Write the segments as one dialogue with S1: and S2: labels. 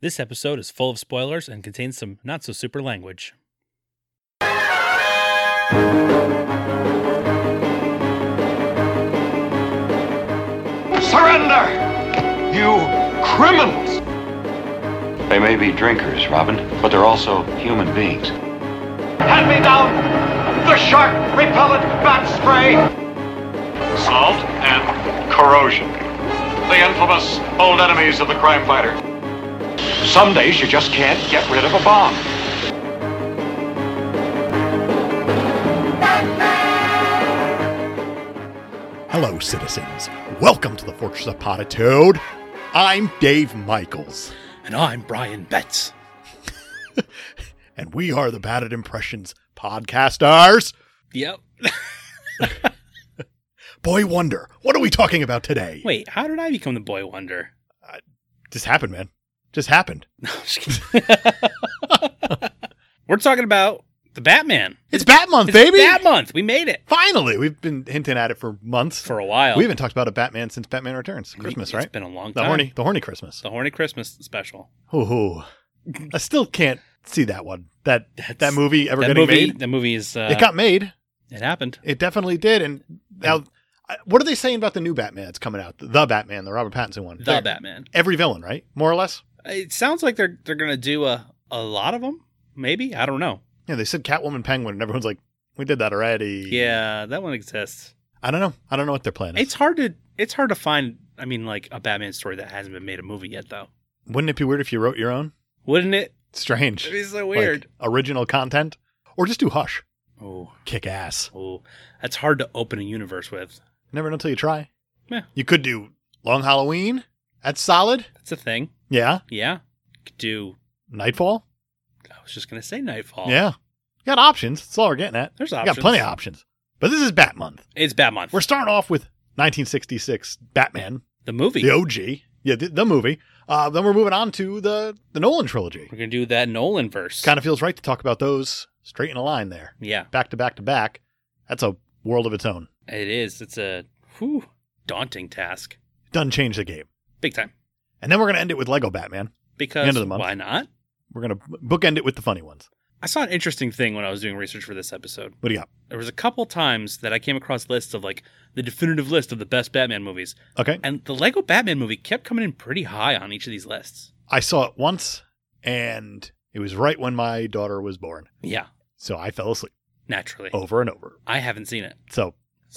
S1: This episode is full of spoilers and contains some not so super language.
S2: Surrender! You criminals!
S3: They may be drinkers, Robin, but they're also human beings.
S2: Hand me down the shark repellent bat spray! Salt and corrosion. The infamous old enemies of the crime fighter. Some days you just can't get rid of a bomb.
S4: Hello, citizens. Welcome to the Fortress of Potitude. I'm Dave Michaels,
S1: And I'm Brian Betts.
S4: and we are the Batted Impressions podcasters.
S1: Yep.
S4: Boy Wonder, what are we talking about today?
S1: Wait, how did I become the boy wonder?
S4: Just happened, man. Just happened.
S1: No, I'm just kidding. We're talking about the Batman.
S4: It's Bat Month,
S1: It's
S4: baby.
S1: Bat month. We made it
S4: Finally, we've been hinting at it for months.
S1: for a while.
S4: we haven't talked about a Batman since Batman Returns. Christmas,
S1: It's
S4: right?
S1: been a long
S4: the
S1: time.
S4: horny, the horny Christmas.
S1: The horny Christmas special.
S4: Ooh, I still can't see that one. That
S1: That's-
S4: that movie ever
S1: that
S4: getting
S1: movie,
S4: made?
S1: That movie is. Uh,
S4: it got made.
S1: it happened.
S4: It definitely did. And now, I- what are they saying about the new Batman that's coming out? The Batman, the Robert Pattinson one.
S1: The
S4: They're-
S1: Batman.
S4: Every villain, right? More or less.
S1: It sounds like they're they're gonna do a a lot of them. Maybe I don't know.
S4: Yeah, they said Catwoman, Penguin, and everyone's like, "We did that already."
S1: Yeah, that one exists.
S4: I don't know. I don't know what their plan is.
S1: It's hard to it's hard to find. I mean, like a Batman story that hasn't been made a movie yet, though.
S4: Wouldn't it be weird if you wrote your own?
S1: Wouldn't it?
S4: Strange.
S1: It'd be so
S4: Like,
S1: weird.
S4: original content, or just do Hush.
S1: oh,
S4: Kick ass.
S1: oh, that's hard to open a universe with.
S4: Never know until you try.
S1: Yeah.
S4: You could do Long Halloween. That's solid.
S1: That's a thing.
S4: Yeah.
S1: Yeah, could do.
S4: Nightfall.
S1: I was just gonna say Nightfall.
S4: Yeah. You got options. That's all we're getting at.
S1: Oh. There's
S4: You
S1: options.
S4: got plenty of options. But this is Bat Month.
S1: it's Batman.
S4: We're starting off with 1966 Batman,
S1: the movie.
S4: the OG, yeah, the, the movie. Uh, then we're moving on to the the Nolan trilogy.
S1: We're gonna do that Nolan verse.
S4: Kind of feels right to talk about those straight in a line there,
S1: Yeah,
S4: back to back to back. That's a world of its own.
S1: it is. It's a whew, daunting task,
S4: Done change the game,
S1: big time.
S4: and then we're gonna end it with Lego Batman.
S1: Because
S4: End of the month.
S1: why not?
S4: We're gonna bookend it with the funny ones.
S1: I saw an interesting thing when I was doing research for this episode.
S4: What do you got?
S1: There was a couple times that I came across lists of like the definitive list of the best Batman movies,
S4: Okay,
S1: and the Lego Batman movie kept coming in pretty high on each of these lists.
S4: I saw it once, and it was right when my daughter was born,
S1: Yeah,
S4: so I fell asleep
S1: naturally.
S4: over and over.
S1: I haven't seen it.
S4: So, Oh.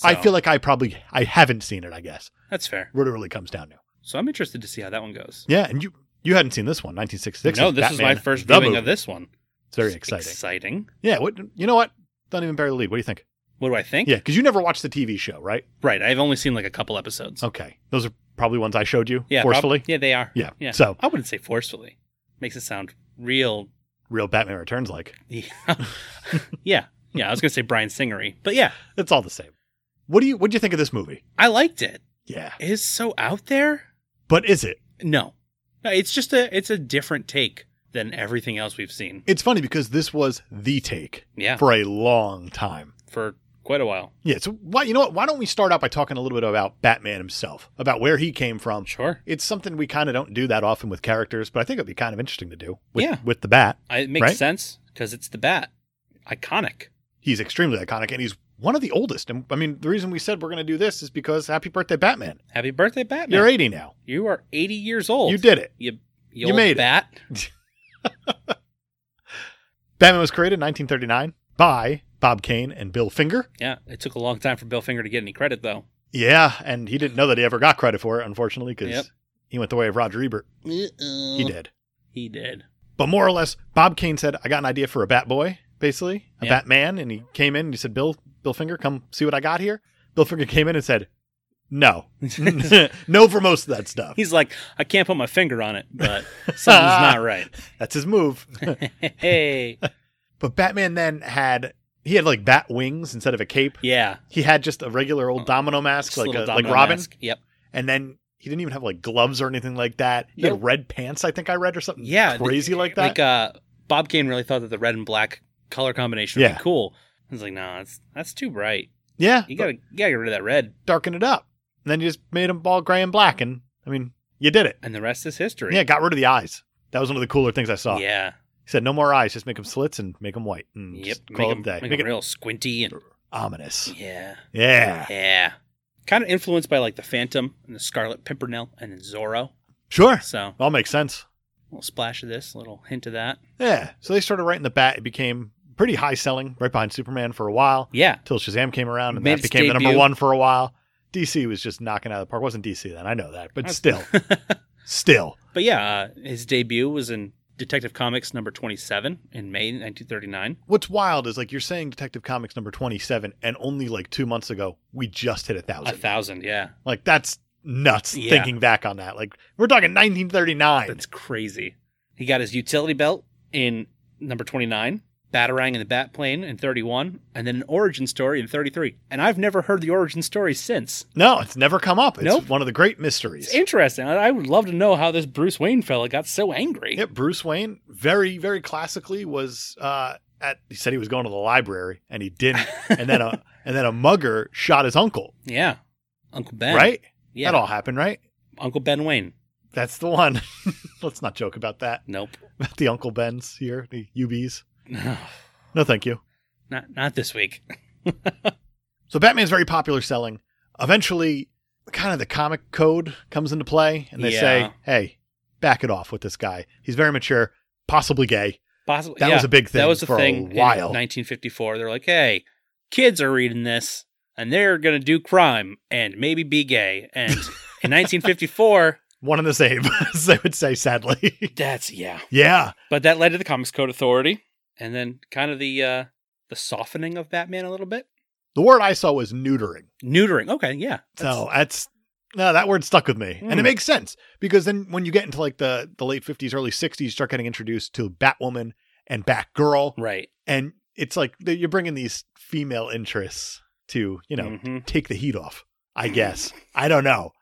S4: I
S1: so
S4: feel like I probably I haven't seen it. I guess
S1: that's fair.
S4: what it really comes down to.
S1: So I'm interested to see how that one goes.
S4: Yeah, and you you hadn't seen this one, 1966.
S1: no, this is
S4: Batman,
S1: my first
S4: the
S1: viewing
S4: movie.
S1: of this one.
S4: It's very exciting.
S1: Exciting.
S4: yeah, what you know what? Don't even bury the lead. What do you think?
S1: What do I think?
S4: Yeah, because you never watched the TV show, right?
S1: Right. I've only seen like a couple episodes.
S4: Okay, those are probably ones I showed you
S1: yeah. prob-
S4: Oh, forcefully.
S1: yeah, they are.
S4: Yeah,
S1: Yeah.
S4: so-
S1: I wouldn't say forcefully. Makes it sound real
S4: Real Batman Returns, like
S1: Yeah. yeah. Yeah. I was going to say Brian Singery, but yeah,
S4: it's all the same. What do you what do you think of this movie?
S1: I liked it.
S4: Yeah,
S1: It is so out there.
S4: but is it?
S1: No. No, It's just a, it's a different take than everything else we've seen.
S4: It's funny because this was the take
S1: Yeah. For,
S4: for a long time.
S1: quite a while.
S4: Yeah, so why you know what? Why don't we start out by talking a little bit about Batman himself, about where he came from?
S1: Sure.
S4: It's something we kind of don't do that often with characters, but I think it'd be kind of interesting to do with,
S1: Yeah.
S4: with the bat.
S1: I, it makes
S4: Right?
S1: sense because it's the bat. Iconic.
S4: he's extremely iconic and he's one of the oldest. And I mean, the reason we said we're going to do this is because happy birthday, Batman.
S1: Happy birthday, Batman.
S4: You're 80 now.
S1: You are 80 years old.
S4: You did it.
S1: You, you,
S4: You
S1: old
S4: made it.
S1: bat.
S4: Batman was created in 1939 by Bob Kane and Bill Finger.
S1: Yeah. It took a long time for Bill Finger to get any credit, though.
S4: Yeah, and he didn't know that he ever got credit for it, unfortunately, because
S1: Yep.
S4: he went the way of Roger Ebert.
S1: Uh-oh.
S4: He did.
S1: He did.
S4: But more or less, Bob Kane said, I got an idea for a Bat Boy, basically, a
S1: Yeah.
S4: Batman. And he came in and he said, Bill, Bill Finger, come see what I got here. Bill Finger came in and said, no. no for most of that stuff.
S1: He's like, I can't put my finger on it, but something's not right.
S4: That's his move.
S1: hey.
S4: But Batman then had he had like bat wings instead of a cape.
S1: Yeah.
S4: He had just a regular old domino mask,
S1: Oh, Just
S4: like
S1: little
S4: a, like
S1: domino
S4: Robin,
S1: mask. Yep.
S4: and then he didn't even have like gloves or anything like that. He
S1: Nope.
S4: had red pants, I think I read, or something.
S1: Yeah. the-
S4: crazy like that.
S1: Like uh Bob Kane really thought that the red and black color combination would
S4: Yeah.
S1: be cool. I was like, nah, that's that's too bright.
S4: yeah,
S1: You gotta you gotta get rid of that red.
S4: but darken it up. And then you just made him all gray and black, and I mean, you did it.
S1: And the rest is history.
S4: Yeah, got rid of the eyes. That was one of the cooler things I saw.
S1: Yeah.
S4: He said, "No more eyes, just make them slits and make them white." And
S1: Yep.
S4: just
S1: Make
S4: call
S1: him,
S4: it a day.
S1: make
S4: Make
S1: him
S4: it
S1: real squinty and
S4: ominous.
S1: yeah,
S4: Yeah,
S1: yeah. Kind of influenced by like the Phantom and the Scarlet Pimpernel and then Zorro.
S4: sure,
S1: So
S4: all makes sense.
S1: a little splash of this, a little hint of that.
S4: Yeah, so they started writing the bat. It became pretty high selling, right behind Superman for a while.
S1: Yeah.
S4: Till Shazam came around, and
S1: Made
S4: that
S1: its
S4: became the number
S1: debut.
S4: one for a while. DC was just knocking it out of the park. Wasn't DC then? I know that, but still, still,
S1: But yeah, uh, his debut was in Detective Comics number 27 in May 1939.
S4: what's wild is like you're saying Detective Comics number twenty-seven, and only like two months ago we just hit a
S1: A
S4: thousand.
S1: thousand, yeah.
S4: Like that's nuts.
S1: Yeah.
S4: Thinking back on that, like we're talking 1939.
S1: That's crazy. He got his utility belt in number 29, Batarang and the Bat Plane in 31, and then an origin story in 33. And I've never heard the origin story since.
S4: no, it's never come up. It's
S1: Nope.
S4: one of the great mysteries.
S1: It's interesting. I I would love to know how this Bruce Wayne fella got so angry.
S4: Yeah, Bruce Wayne, very, very classically was uh, at. He said he was going to the library, and he didn't. And then a and then a mugger shot his uncle.
S1: Yeah. Uncle Ben.
S4: Right?
S1: Yeah.
S4: That all happened, right?
S1: Uncle Ben Wayne.
S4: That's the one. Let's not joke about that.
S1: Nope.
S4: About the Uncle Bens here, the UBs.
S1: No,
S4: No, thank you.
S1: not not this week.
S4: So Batman's very popular selling. Eventually, kind of the comic code comes into play, and they
S1: Yeah.
S4: say, "Hey, back it off with this guy. He's very mature, possibly gay."
S1: Possibly
S4: That was a big thing
S1: That was a
S4: for a
S1: thing in
S4: while.
S1: 1954. They're like, hey, kids are reading this and they're gonna do crime and maybe be gay. And in 1954,
S4: One and the same, as they would say, sadly.
S1: that's yeah.
S4: yeah,
S1: But that led to the Comics Code Authority, and then kind of the uh the softening of Batman a little bit.
S4: the word I saw was neutering.
S1: Neutering. Okay, yeah. That's-
S4: So that's no, that word stuck with me, and it
S1: Hmm.
S4: makes sense because then when you get into like the the late fifties, early sixties, you start getting introduced to Batwoman and Batgirl,
S1: right.
S4: and it's like that you're bringing these female interests to you know
S1: Mhm.
S4: take the heat off. I guess I don't know.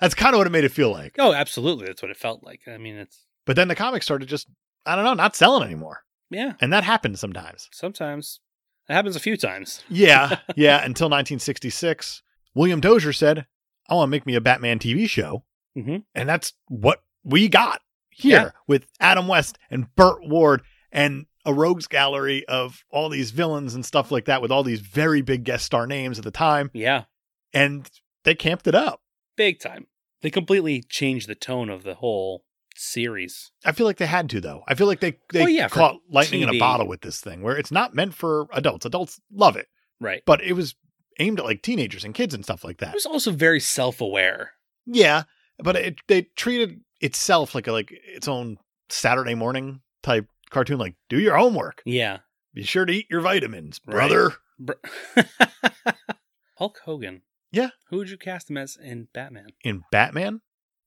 S4: that's kind of what it made it feel like.
S1: Oh, absolutely. That's what it felt like. I mean, it's
S4: But then the comics started just I don't know, not selling anymore,
S1: yeah.
S4: and that happens sometimes.
S1: Sometimes it happens a few times.
S4: Yeah, yeah. Until 1966, William Dozier said, "I want to make me a Batman TV show,"
S1: Mhm.
S4: and that's what we got here
S1: Yeah.
S4: with Adam West and Burt Ward and a rogues gallery of all these villains and stuff like that, with all these very big guest star names at the time,
S1: Yeah.
S4: and they camped it up.
S1: Big time. They completely changed the tone of the whole series.
S4: I feel like they had to though. I feel like they they
S1: Well, yeah, for
S4: caught lightning in a
S1: TV.
S4: bottle with this thing, where it's not meant for adults. Adults love it,
S1: Right.
S4: but it was aimed at like teenagers and kids and stuff like that.
S1: It was also very self aware.
S4: Yeah, but it they treated itself like a like its own Saturday morning type cartoon. Like, do your homework.
S1: Yeah.
S4: Be sure to eat your vitamins,
S1: Right.
S4: brother.
S1: Br- Hulk Hogan.
S4: Yeah.
S1: Who would you cast him as in Batman?
S4: In Batman,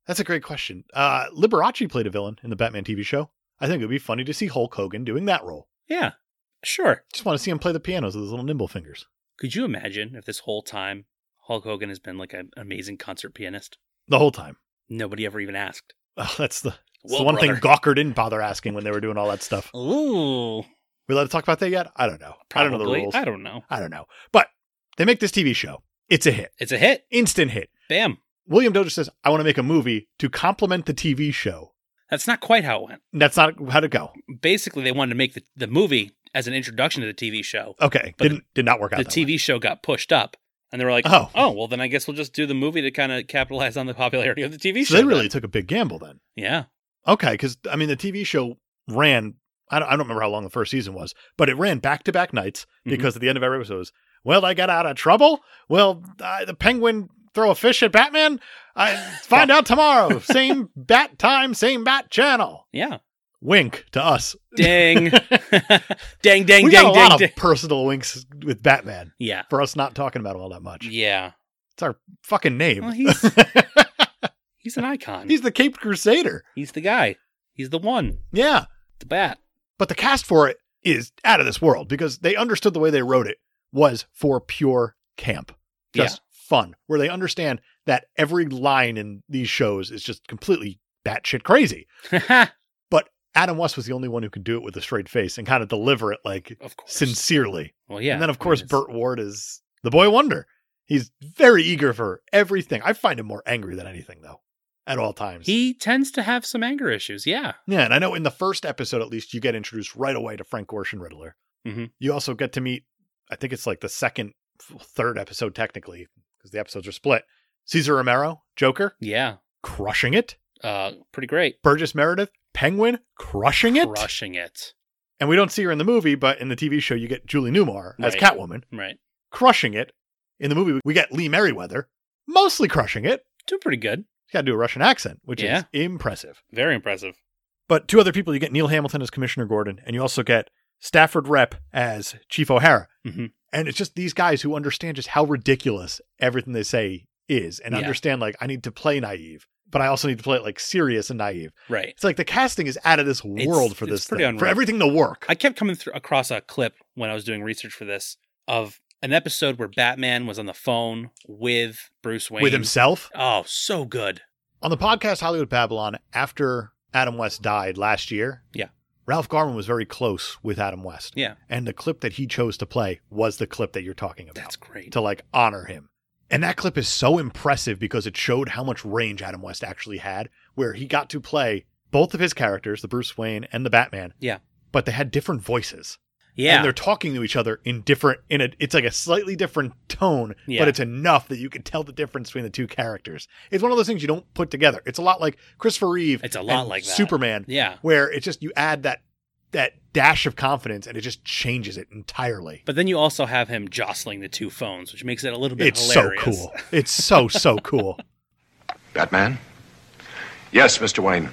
S4: that's a great question. Uh, Liberace played a villain in the Batman TV show. I think it would be funny to see Hulk Hogan doing that role.
S1: Yeah. Sure.
S4: Just want to see him play the pianos with his little nimble fingers.
S1: Could you imagine if this whole time Hulk Hogan has been like an amazing concert pianist?
S4: The whole time.
S1: Nobody ever even asked.
S4: Oh, that's the, that's the
S1: Well,
S4: one thing
S1: brother.
S4: Gawker didn't bother asking when they were doing all that stuff.
S1: Ooh.
S4: We allowed to talk about that yet? I don't know. I don't know the
S1: Probably.
S4: rules.
S1: I don't know.
S4: I don't know. But they make this TV show. It's a hit.
S1: It's a hit.
S4: Instant hit.
S1: Bam.
S4: William Dozier says, I want to make a movie to complement the TV show.
S1: That's not quite how it went.
S4: And that's not how to go.
S1: Basically, they wanted to make the, the movie as an introduction to the TV show.
S4: Okay.
S1: But
S4: Didn't did not work out.
S1: the
S4: that
S1: TV
S4: way.
S1: show got pushed up, and they were like,
S4: Oh.
S1: "Oh, well, then I guess we'll just do the movie to kind of capitalize on the popularity of the TV
S4: So
S1: show."
S4: they really
S1: then.
S4: took a big gamble then.
S1: yeah,
S4: Okay, because I mean the TV show ran I don't, I don't remember how long the first season was, but it ran back to back nights
S1: Mhm.
S4: because at the end of every episode was, well, I got out of trouble. Well, uh, the penguin throw a fish at Batman. I find out tomorrow. Same bat time, same bat channel.
S1: yeah,
S4: Wink to us.
S1: dang, dang, dang,
S4: we got
S1: dang,
S4: a lot
S1: dang,
S4: of
S1: dang.
S4: personal winks with Batman
S1: Yeah,
S4: for us not talking about him all that much.
S1: yeah.
S4: fucking name.
S1: Well, he's he's an icon. He's,
S4: He's the Cape Crusader.
S1: the guy. He's the one.
S4: Yeah.
S1: The bat.
S4: But the cast for it is out of this world because they understood the way they wrote it was for pure camp. Just fun, where they understand that every line in these shows is just completely batshit crazy.
S1: yeah,
S4: Adam West was the only one who could do it with a straight face and kind of deliver it like
S1: of course.
S4: sincerely.
S1: well, yeah,
S4: and then, of
S1: I mean,
S4: course,
S1: it's-
S4: Burt Ward is the boy wonder. He's very eager for everything. I find him more angry than anything, though. at all times.
S1: He tends to have some anger issues. Yeah.
S4: yeah, and I know in the first episode, at least, you get introduced right away to Frank Gorshin Riddler.
S1: Mhm.
S4: You also get to meet, I think it's like the second, third episode, technically, because the episodes are split. Caesar Romero, Joker,
S1: Yeah.
S4: crushing it.
S1: Uh, pretty great.
S4: Burgess Meredith, Penguin, crushing it.
S1: Crushing it.
S4: And we don't see her in the movie, but in the TV show, you get Julie Newmar as
S1: Right.
S4: Catwoman,
S1: Right.
S4: crushing it. In the movie, we get Lee Merriweather, mostly crushing it.
S1: Doing pretty good.
S4: She's got to do a Russian accent, which
S1: Yeah.
S4: is impressive.
S1: Very impressive.
S4: But two other people, you get Neil Hamilton as Commissioner Gordon, and you also get Stafford Rep as Chief O'Hara.
S1: Mhm.
S4: And it's just these guys who understand just how ridiculous everything they say is and
S1: Yeah.
S4: understand, like, I need to play naive, but I also need to play it, like, serious and naive.
S1: Right.
S4: It's like the casting is out of this world for
S1: it's
S4: this
S1: pretty
S4: thing, for
S1: unreal.
S4: everything to work.
S1: I kept coming through across a clip when I was doing research for this of an episode where Batman was on the phone with Bruce Wayne
S4: with himself.
S1: Oh, so good.
S4: On the podcast Hollywood Babylon, after Adam West died last year,
S1: Yeah.
S4: Ralph Garman was very close with Adam West.
S1: Yeah.
S4: And the clip that he chose to play was the clip that you're talking about.
S1: That's great.
S4: to like honor him. And that clip is so impressive because it showed how much range Adam West actually had, where he got to play both of his characters, the Bruce Wayne and the Batman.
S1: Yeah.
S4: But they had different voices.
S1: Yeah.
S4: And they're talking to each other in different in a it's like a slightly different tone,
S1: Yeah.
S4: but it's enough that you can tell the difference between the two characters. It's one of those things you don't put together. It's a lot like Christopher Reeve
S1: It's a lot
S4: and
S1: like that.
S4: Superman,
S1: yeah.
S4: where it just you add that that dash of confidence and it just changes it entirely.
S1: But then you also have him jostling the two phones, which makes it a little bit
S4: It's
S1: hilarious.
S4: so cool. It's so so cool.
S5: Batman? Yes, Mr. Wayne.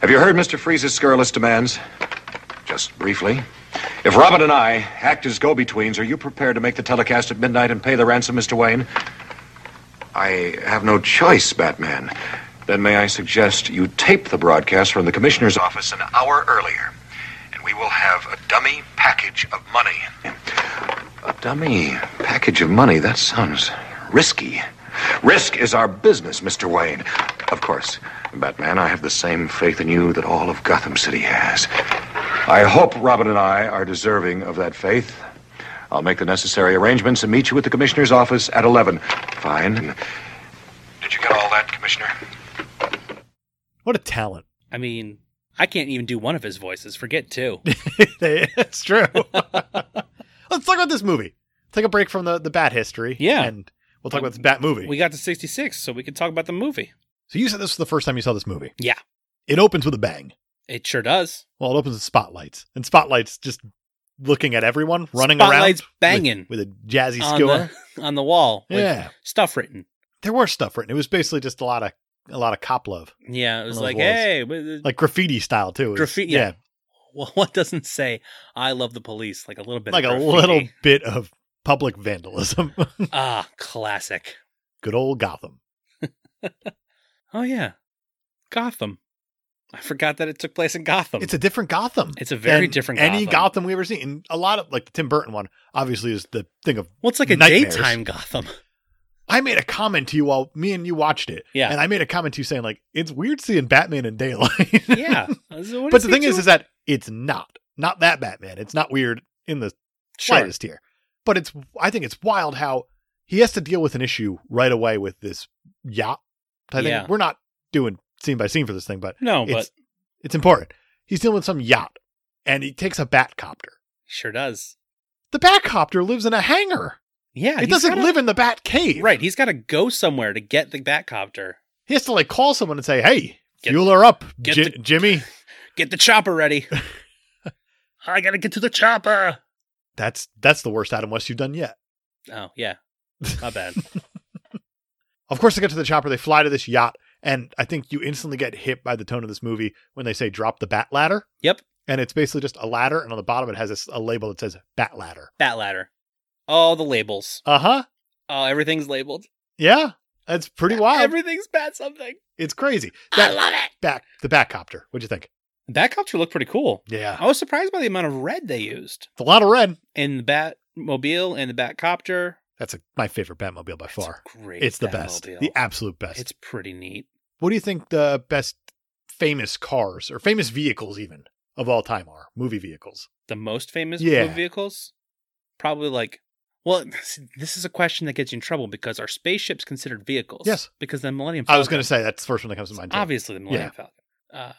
S5: Have you heard Mr. Freeze's scurrilous demands? Just briefly. If Robin and I act as go betweens, are you prepared to make the telecast at midnight and pay the ransom, Mr. Wayne? I have no choice, Batman. Then may I suggest you tape the broadcast from the commissioner's office an hour earlier, and we will have a dummy package of money. A dummy package of money? That sounds risky. Risk is our business, Mr. Wayne. Of course, Batman, I have the same faith in you that all of Gotham City has. I hope Robin and I are deserving of that faith. I'll make the necessary arrangements and meet you at the commissioner's office at 11. Fine. Did you get all that, Commissioner?
S4: What a talent.
S1: I mean, I can't even do one of his voices. Forget two.
S4: They- it's true. Let's talk about this movie. Take a break from the, the bat history.
S1: Yeah.
S4: And we'll talk about the bat movie.
S1: we got to 66, so we can talk about the movie.
S4: so you said this was the first time you saw this movie.
S1: Yeah.
S4: It opens with a bang.
S1: It sure does.
S4: Well, it opens with spotlights. And spotlights just looking at everyone running
S1: Spotlights
S4: around. with-
S1: banging.
S4: With, a jazzy
S1: on,
S4: skewer.
S1: The, on the wall. with
S4: Yeah.
S1: Stuff written.
S4: There were stuff written. It was basically just a lot of a lot of cop love.
S1: Yeah. It was
S4: those
S1: like,
S4: walls.
S1: hey, w-
S4: Like graffiti style too. It was-
S1: Graffiti- yeah. Well, what doesn't say "I love the police"? Like a little bit, of
S4: Like a
S1: graffiti.
S4: little bit of public vandalism.
S1: ah, classic.
S4: Good old Gotham.
S1: Oh yeah, Gotham. I forgot that it took place in Gotham.
S4: It's a different Gotham.
S1: It's a very
S4: than
S1: different
S4: any
S1: Gotham.
S4: Gotham we ever seen. And a lot of like the Tim Burton one obviously is the thing of
S1: well, it's like a
S4: nightmares.
S1: daytime Gotham.
S4: I made a comment to you while me and you watched it.
S1: Yeah.
S4: And I made a comment to you saying like it's weird seeing Batman in daylight.
S1: Yeah, but
S4: but the thing is is that it's not. Not that Batman. It's not weird in the slightest here. But it's I think it's wild how he has to deal with an issue right away with this yacht. I think
S1: Yeah.
S4: we're not doing scene by scene for this thing, but
S1: no, Oh, but
S4: it's it's important. He's dealing with some yacht and he takes a bat copter.
S1: sure does. the
S4: The Batcopter lives in a hangar.
S1: Yeah,
S4: It
S1: he's
S4: doesn't
S1: gotta-
S4: live in the Bat Cave.
S1: right. He's got to go somewhere to get the Batcopter.
S4: He has to like call someone and say, "Hey,
S1: Get-
S4: fuel her up,
S1: get
S4: Ji-
S1: the-
S4: Jimmy."
S1: Get the chopper ready. I gotta get to the chopper.
S4: That's that's the worst Adam West you've done yet.
S1: Oh yeah, my bad.
S4: Of course, they get to the chopper. They fly to this yacht, and I think you instantly get hit by the tone of this movie when they say, "Drop the bat ladder."
S1: Yep.
S4: And it's basically just a ladder, and on the bottom it has this, a label that says "Bat Ladder."
S1: Bat ladder. All the labels.
S4: Uh huh.
S1: Oh, everything's labeled.
S4: Yeah, that's pretty wild.
S1: Everything's bat something.
S4: it's crazy.
S1: I
S4: That-
S1: love it.
S4: Back the Batcopter. What'd you think?
S1: Batcopter looked pretty cool.
S4: Yeah,
S1: I was surprised by the amount of red they used
S4: it's a lot of red.
S1: in the Batmobile and the Batcopter.
S4: That's a, my favorite Batmobile by far.
S1: Great,
S4: It's the best,
S1: Batmobile.
S4: the absolute best.
S1: it's pretty neat.
S4: What do you think the best famous cars or famous vehicles even of all time are? Movie vehicles.
S1: The most famous
S4: Yeah.
S1: movie vehicles, probably like Well, this is a question that gets you in trouble because are spaceships considered vehicles?
S4: Yes.
S1: Because the Millennium
S4: I was
S1: Falcon-
S4: going to say that's the first one that comes to mind. Too,
S1: obviously the Millennium Falcon. Uh,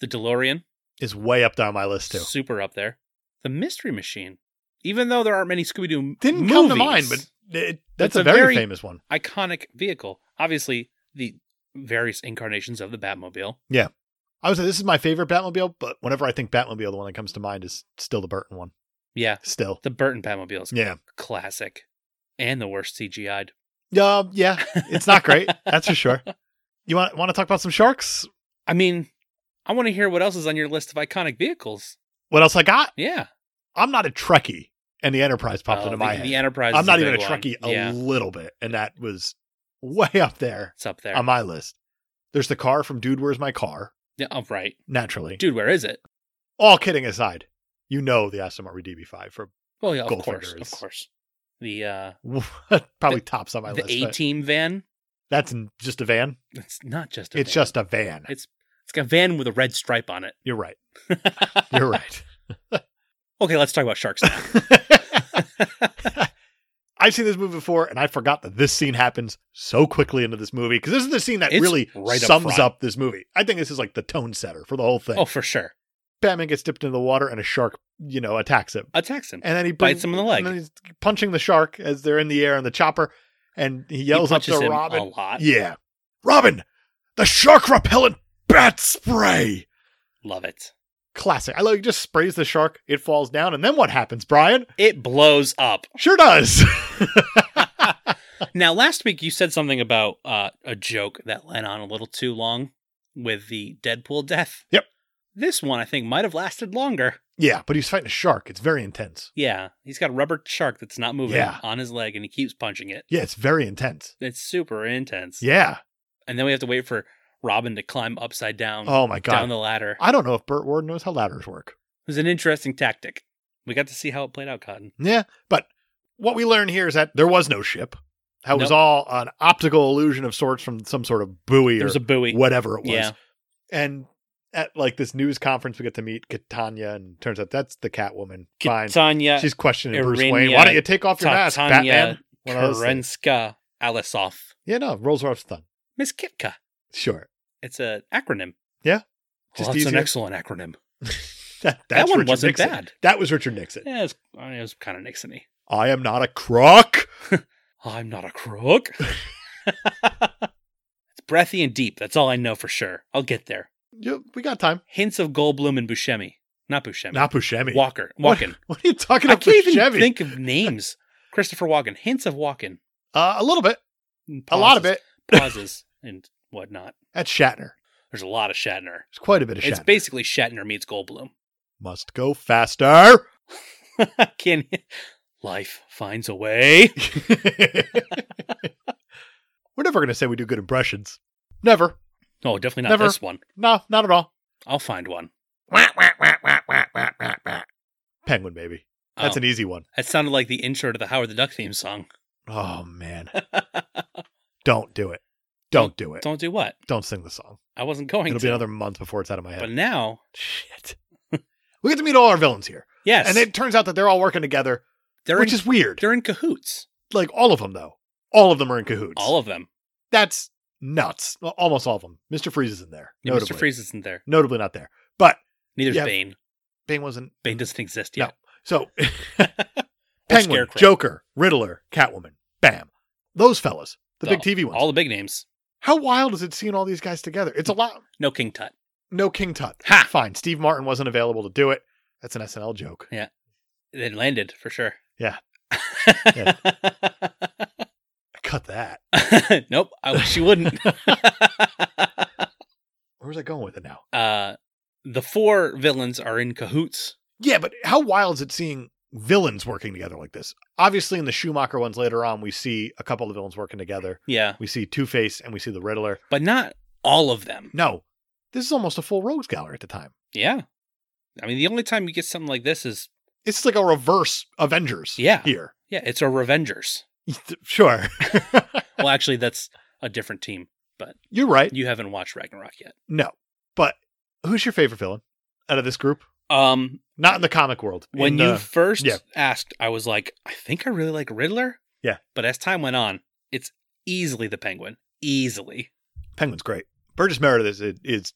S1: the DeLorean,
S4: is way up down my list too.
S1: super up there. The Mystery Machine, even though there aren't many Scooby Doo
S4: Didn't
S1: movies,
S4: come to mind, but it,
S1: It's
S4: that's a,
S1: a
S4: very,
S1: very-
S4: famous one.
S1: iconic vehicle. Obviously, the various incarnations of the Batmobile.
S4: I would say this is my favorite Batmobile, but whenever I think Batmobile, the one that comes to mind is still the Burton one.
S1: Yeah,
S4: Still,
S1: the Burton Batmobile is
S4: yeah,
S1: classic, and the worst CGI'd.
S4: um, yeah, it's not great. that's for sure. You want want to talk about some sharks?
S1: I mean, I want to hear what else is on your list of iconic vehicles.
S4: What else I got?
S1: Yeah,
S4: I'm not a Trekkie, and the Enterprise popped
S1: Oh,
S4: into
S1: the,
S4: my
S1: the
S4: head.
S1: Enterprise.
S4: I'm
S1: is
S4: not even a
S1: big one.
S4: Trekkie a
S1: Yeah,
S4: little bit, and that was way up there
S1: it's up there.
S4: on my list. There's the car from Dude, Where's My Car?
S1: yeah, oh, right,
S4: Naturally,
S1: dude. Where is it?
S4: all kidding aside, you know the Aston Martin DB5 for
S1: Well, yeah, of
S4: Goldfinger
S1: course,
S4: is-
S1: of course. The uh,
S4: probably tops on my
S1: the
S4: list.
S1: A
S4: but
S1: team van.
S4: That's n- just a van.
S1: It's not just a
S4: It's
S1: van.
S4: just a van.
S1: It's it's got a van with a red stripe on it.
S4: You're right. You're right.
S1: okay, let's talk about sharks now.
S4: I've seen this movie before, and I forgot that this scene happens so quickly into this movie because this is the scene that
S1: It's
S4: really
S1: right up
S4: sums
S1: front.
S4: up this movie. I think this is like the tone setter for the whole thing.
S1: oh, for sure.
S4: Batman gets dipped into the water, and a shark, you know, attacks him.
S1: Attacks him.
S4: and then he
S1: Bites
S4: brings-
S1: him in the leg.
S4: And then he's punching the shark as they're in the air on the chopper, and he yells
S1: he
S4: up
S1: punches
S4: to
S1: him
S4: Robin.
S1: a lot.
S4: Yeah, Robin, the shark repellent bat spray.
S1: Love it.
S4: Classic. I love. He just sprays the shark. It falls down, and then what happens, Brian?
S1: It blows up.
S4: Sure does.
S1: Now, last week you said something about uh, a joke that went on a little too long with the Deadpool death.
S4: Yep. This.
S1: This one I think might have lasted longer.
S4: Yeah, but he's fighting a shark. It's very intense.
S1: Yeah, he's got a rubber shark that's not moving
S4: Yeah.
S1: on his leg, and he keeps punching it.
S4: Yeah, it's very intense.
S1: It's super intense.
S4: Yeah.
S1: And then we have to wait for Robin to climb upside down
S4: Oh my
S1: down
S4: god.
S1: the ladder.
S4: I don't know if Burt Ward knows how ladders work.
S1: It was an interesting tactic. We got to see how it played out, Cotton.
S4: Yeah, but what we learn here is that there was no ship. That was
S1: Nope.
S4: all an optical illusion of sorts from some sort of buoy
S1: There was
S4: or
S1: a buoy.
S4: whatever it was.
S1: Yeah.
S4: And at like this news conference, we get to meet Catania, and turns out that's the Catwoman. Fine.
S1: Tanya
S4: She's questioning Bruce
S1: Irinia
S4: Wayne. Why don't you take off your mask,
S1: Tanya
S4: Batman? One of those things.
S1: Karenska Alisov.
S4: Yeah, no, rolls off tongue.
S1: Miss Kitka.
S4: Sure.
S1: It's an acronym.
S4: Just
S1: Well, that's an
S4: easier.
S1: excellent acronym.
S4: That,
S1: That
S4: that's
S1: one
S4: Richard
S1: wasn't
S4: Nixon.
S1: bad.
S4: That was Richard Nixon.
S1: Yeah, it was, I mean, it was kind of Nixon-y.
S4: I am not a crook.
S1: I'm not a crook. it's breathy and deep. That's all I know for sure. I'll get there.
S4: Yeah, we got time.
S1: Hints of Goldblum and Buscemi. Not Buscemi.
S4: Not Buscemi.
S1: Walker.
S4: What-
S1: Walken.
S4: What are you talking
S1: I
S4: about?
S1: can't even
S4: Buscemi?
S1: think of names. Christopher Walken. Hints of Walken.
S4: Uh, a little bit.
S1: And
S4: A lot of
S1: pauses-
S4: it.
S1: Pauses and whatnot.
S4: That's Shatner.
S1: There's a lot of Shatner.
S4: It's quite a bit of
S1: It's
S4: Shatner.
S1: basically Shatner meets Goldblum.
S4: Must go faster.
S1: Can life finds a way?
S4: We're never going to say we do good impressions. Never.
S1: No, definitely not
S4: Never.
S1: this one.
S4: No, not at all.
S1: I'll find one.
S4: Penguin, maybe. That's
S1: Oh,
S4: an e- easy one.
S1: That sounded like the intro to the Howard the Duck theme song.
S4: Oh, man. Don't do it. Don't do it. Don't,
S1: Don't do what?
S4: sing the song.
S1: I wasn't going
S4: It'll
S1: to.
S4: be another month before it's out of my head.
S1: But now,
S4: Shit. we get to meet all our villains here.
S1: yes,
S4: And it turns out that they're all working together,
S1: they're
S4: which
S1: in,
S4: is weird.
S1: they're in cahoots.
S4: Like all of them, though. All of them are in cahoots.
S1: All of them.
S4: That's nuts. Well, almost all of them. Mr. Freeze is in there.
S1: Yeah,
S4: Notably.
S1: Mr. Freeze isn't there.
S4: Notably not there. But
S1: Neither's
S4: Yeah.
S1: Bane.
S4: Bane wasn't.
S1: Bane doesn't exist
S4: No.
S1: yet.
S4: So
S1: Or
S4: Penguin,
S1: Scarecrow.
S4: Joker, Riddler, Catwoman, Bam. Those fellas. The big
S1: All-
S4: TV ones.
S1: All the big names.
S4: How wild is it seeing all these guys together? It's a lot.
S1: No King Tut.
S4: No King Tut.
S1: Ha!
S4: Fine. Steve Martin wasn't available to do it. That's an SNL joke.
S1: It landed for sure.
S4: Yeah. Cut that.
S1: nope. I wish you wouldn't.
S4: Where was I going with it now?
S1: uh, the four villains are in cahoots.
S4: Yeah, but how wild is it seeing villains working together like this? Obviously, in the Schumacher ones later on, we see a couple of villains working together.
S1: Yeah,
S4: We see Two Face and we see the Riddler.
S1: but not all of them.
S4: No, this is almost a full Rogues Gallery at the time.
S1: Yeah. I mean, the only time you get something like this is,
S4: It's like a reverse Avengers.
S1: Yeah.
S4: here.
S1: yeah, it's a Revengers.
S4: Sure,
S1: well, actually, that's a different team.
S4: you're right.
S1: You haven't watched Ragnarok yet.
S4: No, but who's your favorite villain out of this group?
S1: Um,
S4: Not in the comic world. In
S1: when you
S4: the-
S1: first
S4: yeah.
S1: asked, I was like, I think I really like Riddler.
S4: Yeah.
S1: But as time went on, it's easily the Penguin. Easily.
S4: Penguin's great. Burgess Meredith is a, is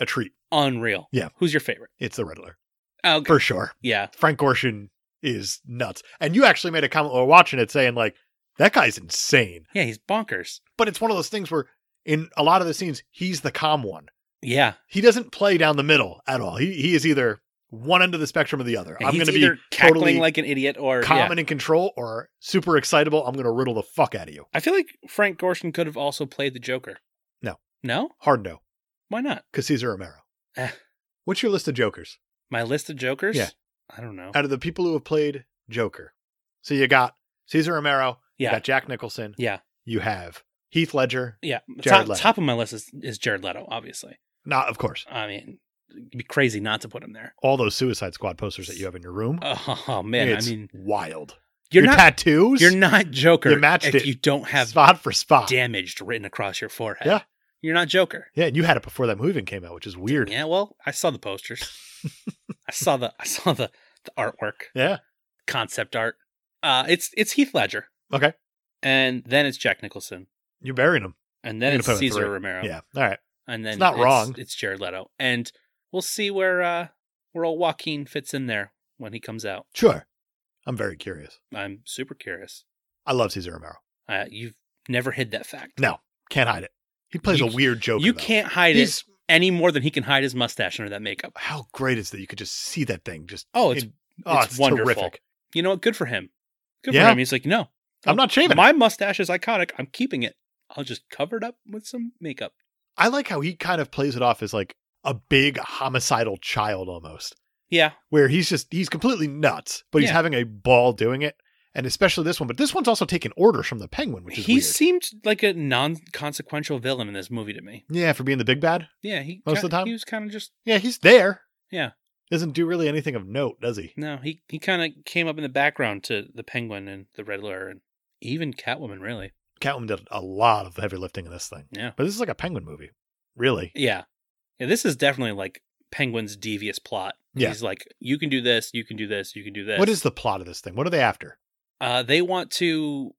S4: a treat.
S1: Unreal.
S4: Yeah.
S1: Who's your favorite?
S4: It's the Riddler
S1: Oh, okay.
S4: for sure.
S1: yeah.
S4: Frank Gorshin is nuts. And you actually made a comment while watching it saying like that guy's insane.
S1: Yeah, he's bonkers.
S4: But it's one of those things where in a lot of the scenes he's the calm one.
S1: Yeah.
S4: He doesn't play down the middle at all. He he is either one end of the spectrum or the other.
S1: And
S4: I'm
S1: he's
S4: going to be
S1: either cackling
S4: totally
S1: like an idiot or
S4: calm
S1: yeah.
S4: and in control or super excitable. I'm going to riddle the fuck out of you.
S1: I feel like Frank Gorshin could have also played the Joker.
S4: No.
S1: No?
S4: Hard no,
S1: Why not?
S4: because Cesar Romero.
S1: Eh.
S4: What's your list of jokers?
S1: My list of Jokers?
S4: Yeah.
S1: I don't know.
S4: Out of the people who have played Joker, so you got Cesar Romero, you
S1: Yeah.
S4: got Jack Nicholson,
S1: Yeah.
S4: you have Heath Ledger.
S1: Yeah.
S4: Jared
S1: Top,
S4: Leto.
S1: top of my list is, is Jared Leto, obviously.
S4: Not, of course,
S1: I mean, it'd be crazy not to put him there.
S4: all those Suicide Squad posters that you have in your room.
S1: Oh, man.
S4: it's
S1: I mean,
S4: wild.
S1: you're
S4: your
S1: not
S4: tattoos.
S1: You're not Joker
S4: You matched
S1: if
S4: it.
S1: you don't have
S4: spot for spot.
S1: damaged written across your forehead.
S4: Yeah.
S1: You're not Joker.
S4: Yeah, and you had it before that movie even came out, which is weird.
S1: Yeah, well, I saw the posters. I saw the I saw the, the artwork,
S4: Yeah.
S1: concept art. Uh it's it's Heath Ledger.
S4: Okay.
S1: And then it's Jack Nicholson.
S4: You're burying them.
S1: And then
S4: You're
S1: it's
S4: gonna put him at
S1: Cesar
S4: three.
S1: Romero.
S4: Yeah. All right.
S1: And then
S4: It's not wrong.
S1: It's Jared Leto. And we'll see where uh where old Joaquin fits in there when he comes out.
S4: Sure. I'm very curious.
S1: I'm super curious.
S4: I love Cesar Romero.
S1: Uh, you've never hid that fact.
S4: No, can't hide it. He plays
S1: You
S4: a weird joke.
S1: you can't hide it
S4: He's,
S1: any more than he can hide his mustache under that makeup.
S4: how great is that? You could just see that thing. Just
S1: Oh, it's
S4: in- oh,
S1: it's
S4: it's,
S1: wonderful.
S4: terrific.
S1: you know what? Good for him. Good for
S4: Yeah.
S1: him. He's like, no,
S4: I'm not shaving. it.
S1: my mustache is iconic. I'm keeping it. I'll just cover it up with some makeup.
S4: I like how he kind of plays it off as like a big homicidal child almost,
S1: Yeah,
S4: where he's just he's completely nuts, but he's
S1: Yeah.
S4: having a ball doing it. And especially this one, but this one's also taking orders from the penguin, which is
S1: he
S4: weird.
S1: seemed like a non-consequential villain in this movie to me.
S4: yeah, for being the big bad.
S1: Yeah, he
S4: Most of
S1: ki-
S4: the time?
S1: he was kind of just
S4: Yeah, he's there.
S1: Yeah.
S4: Doesn't do really anything of note, does he?
S1: no. He he kind of came up in the background to the Penguin and the Riddler and even Catwoman. Really,
S4: Catwoman did a lot of heavy lifting in this thing.
S1: Yeah.
S4: But this is like a penguin movie, really.
S1: yeah, yeah. This is definitely like Penguin's devious plot.
S4: Yeah.
S1: he's like, you can do this, you can do this, you can do this.
S4: What is the plot of this thing? What are they after?
S1: Uh, they want to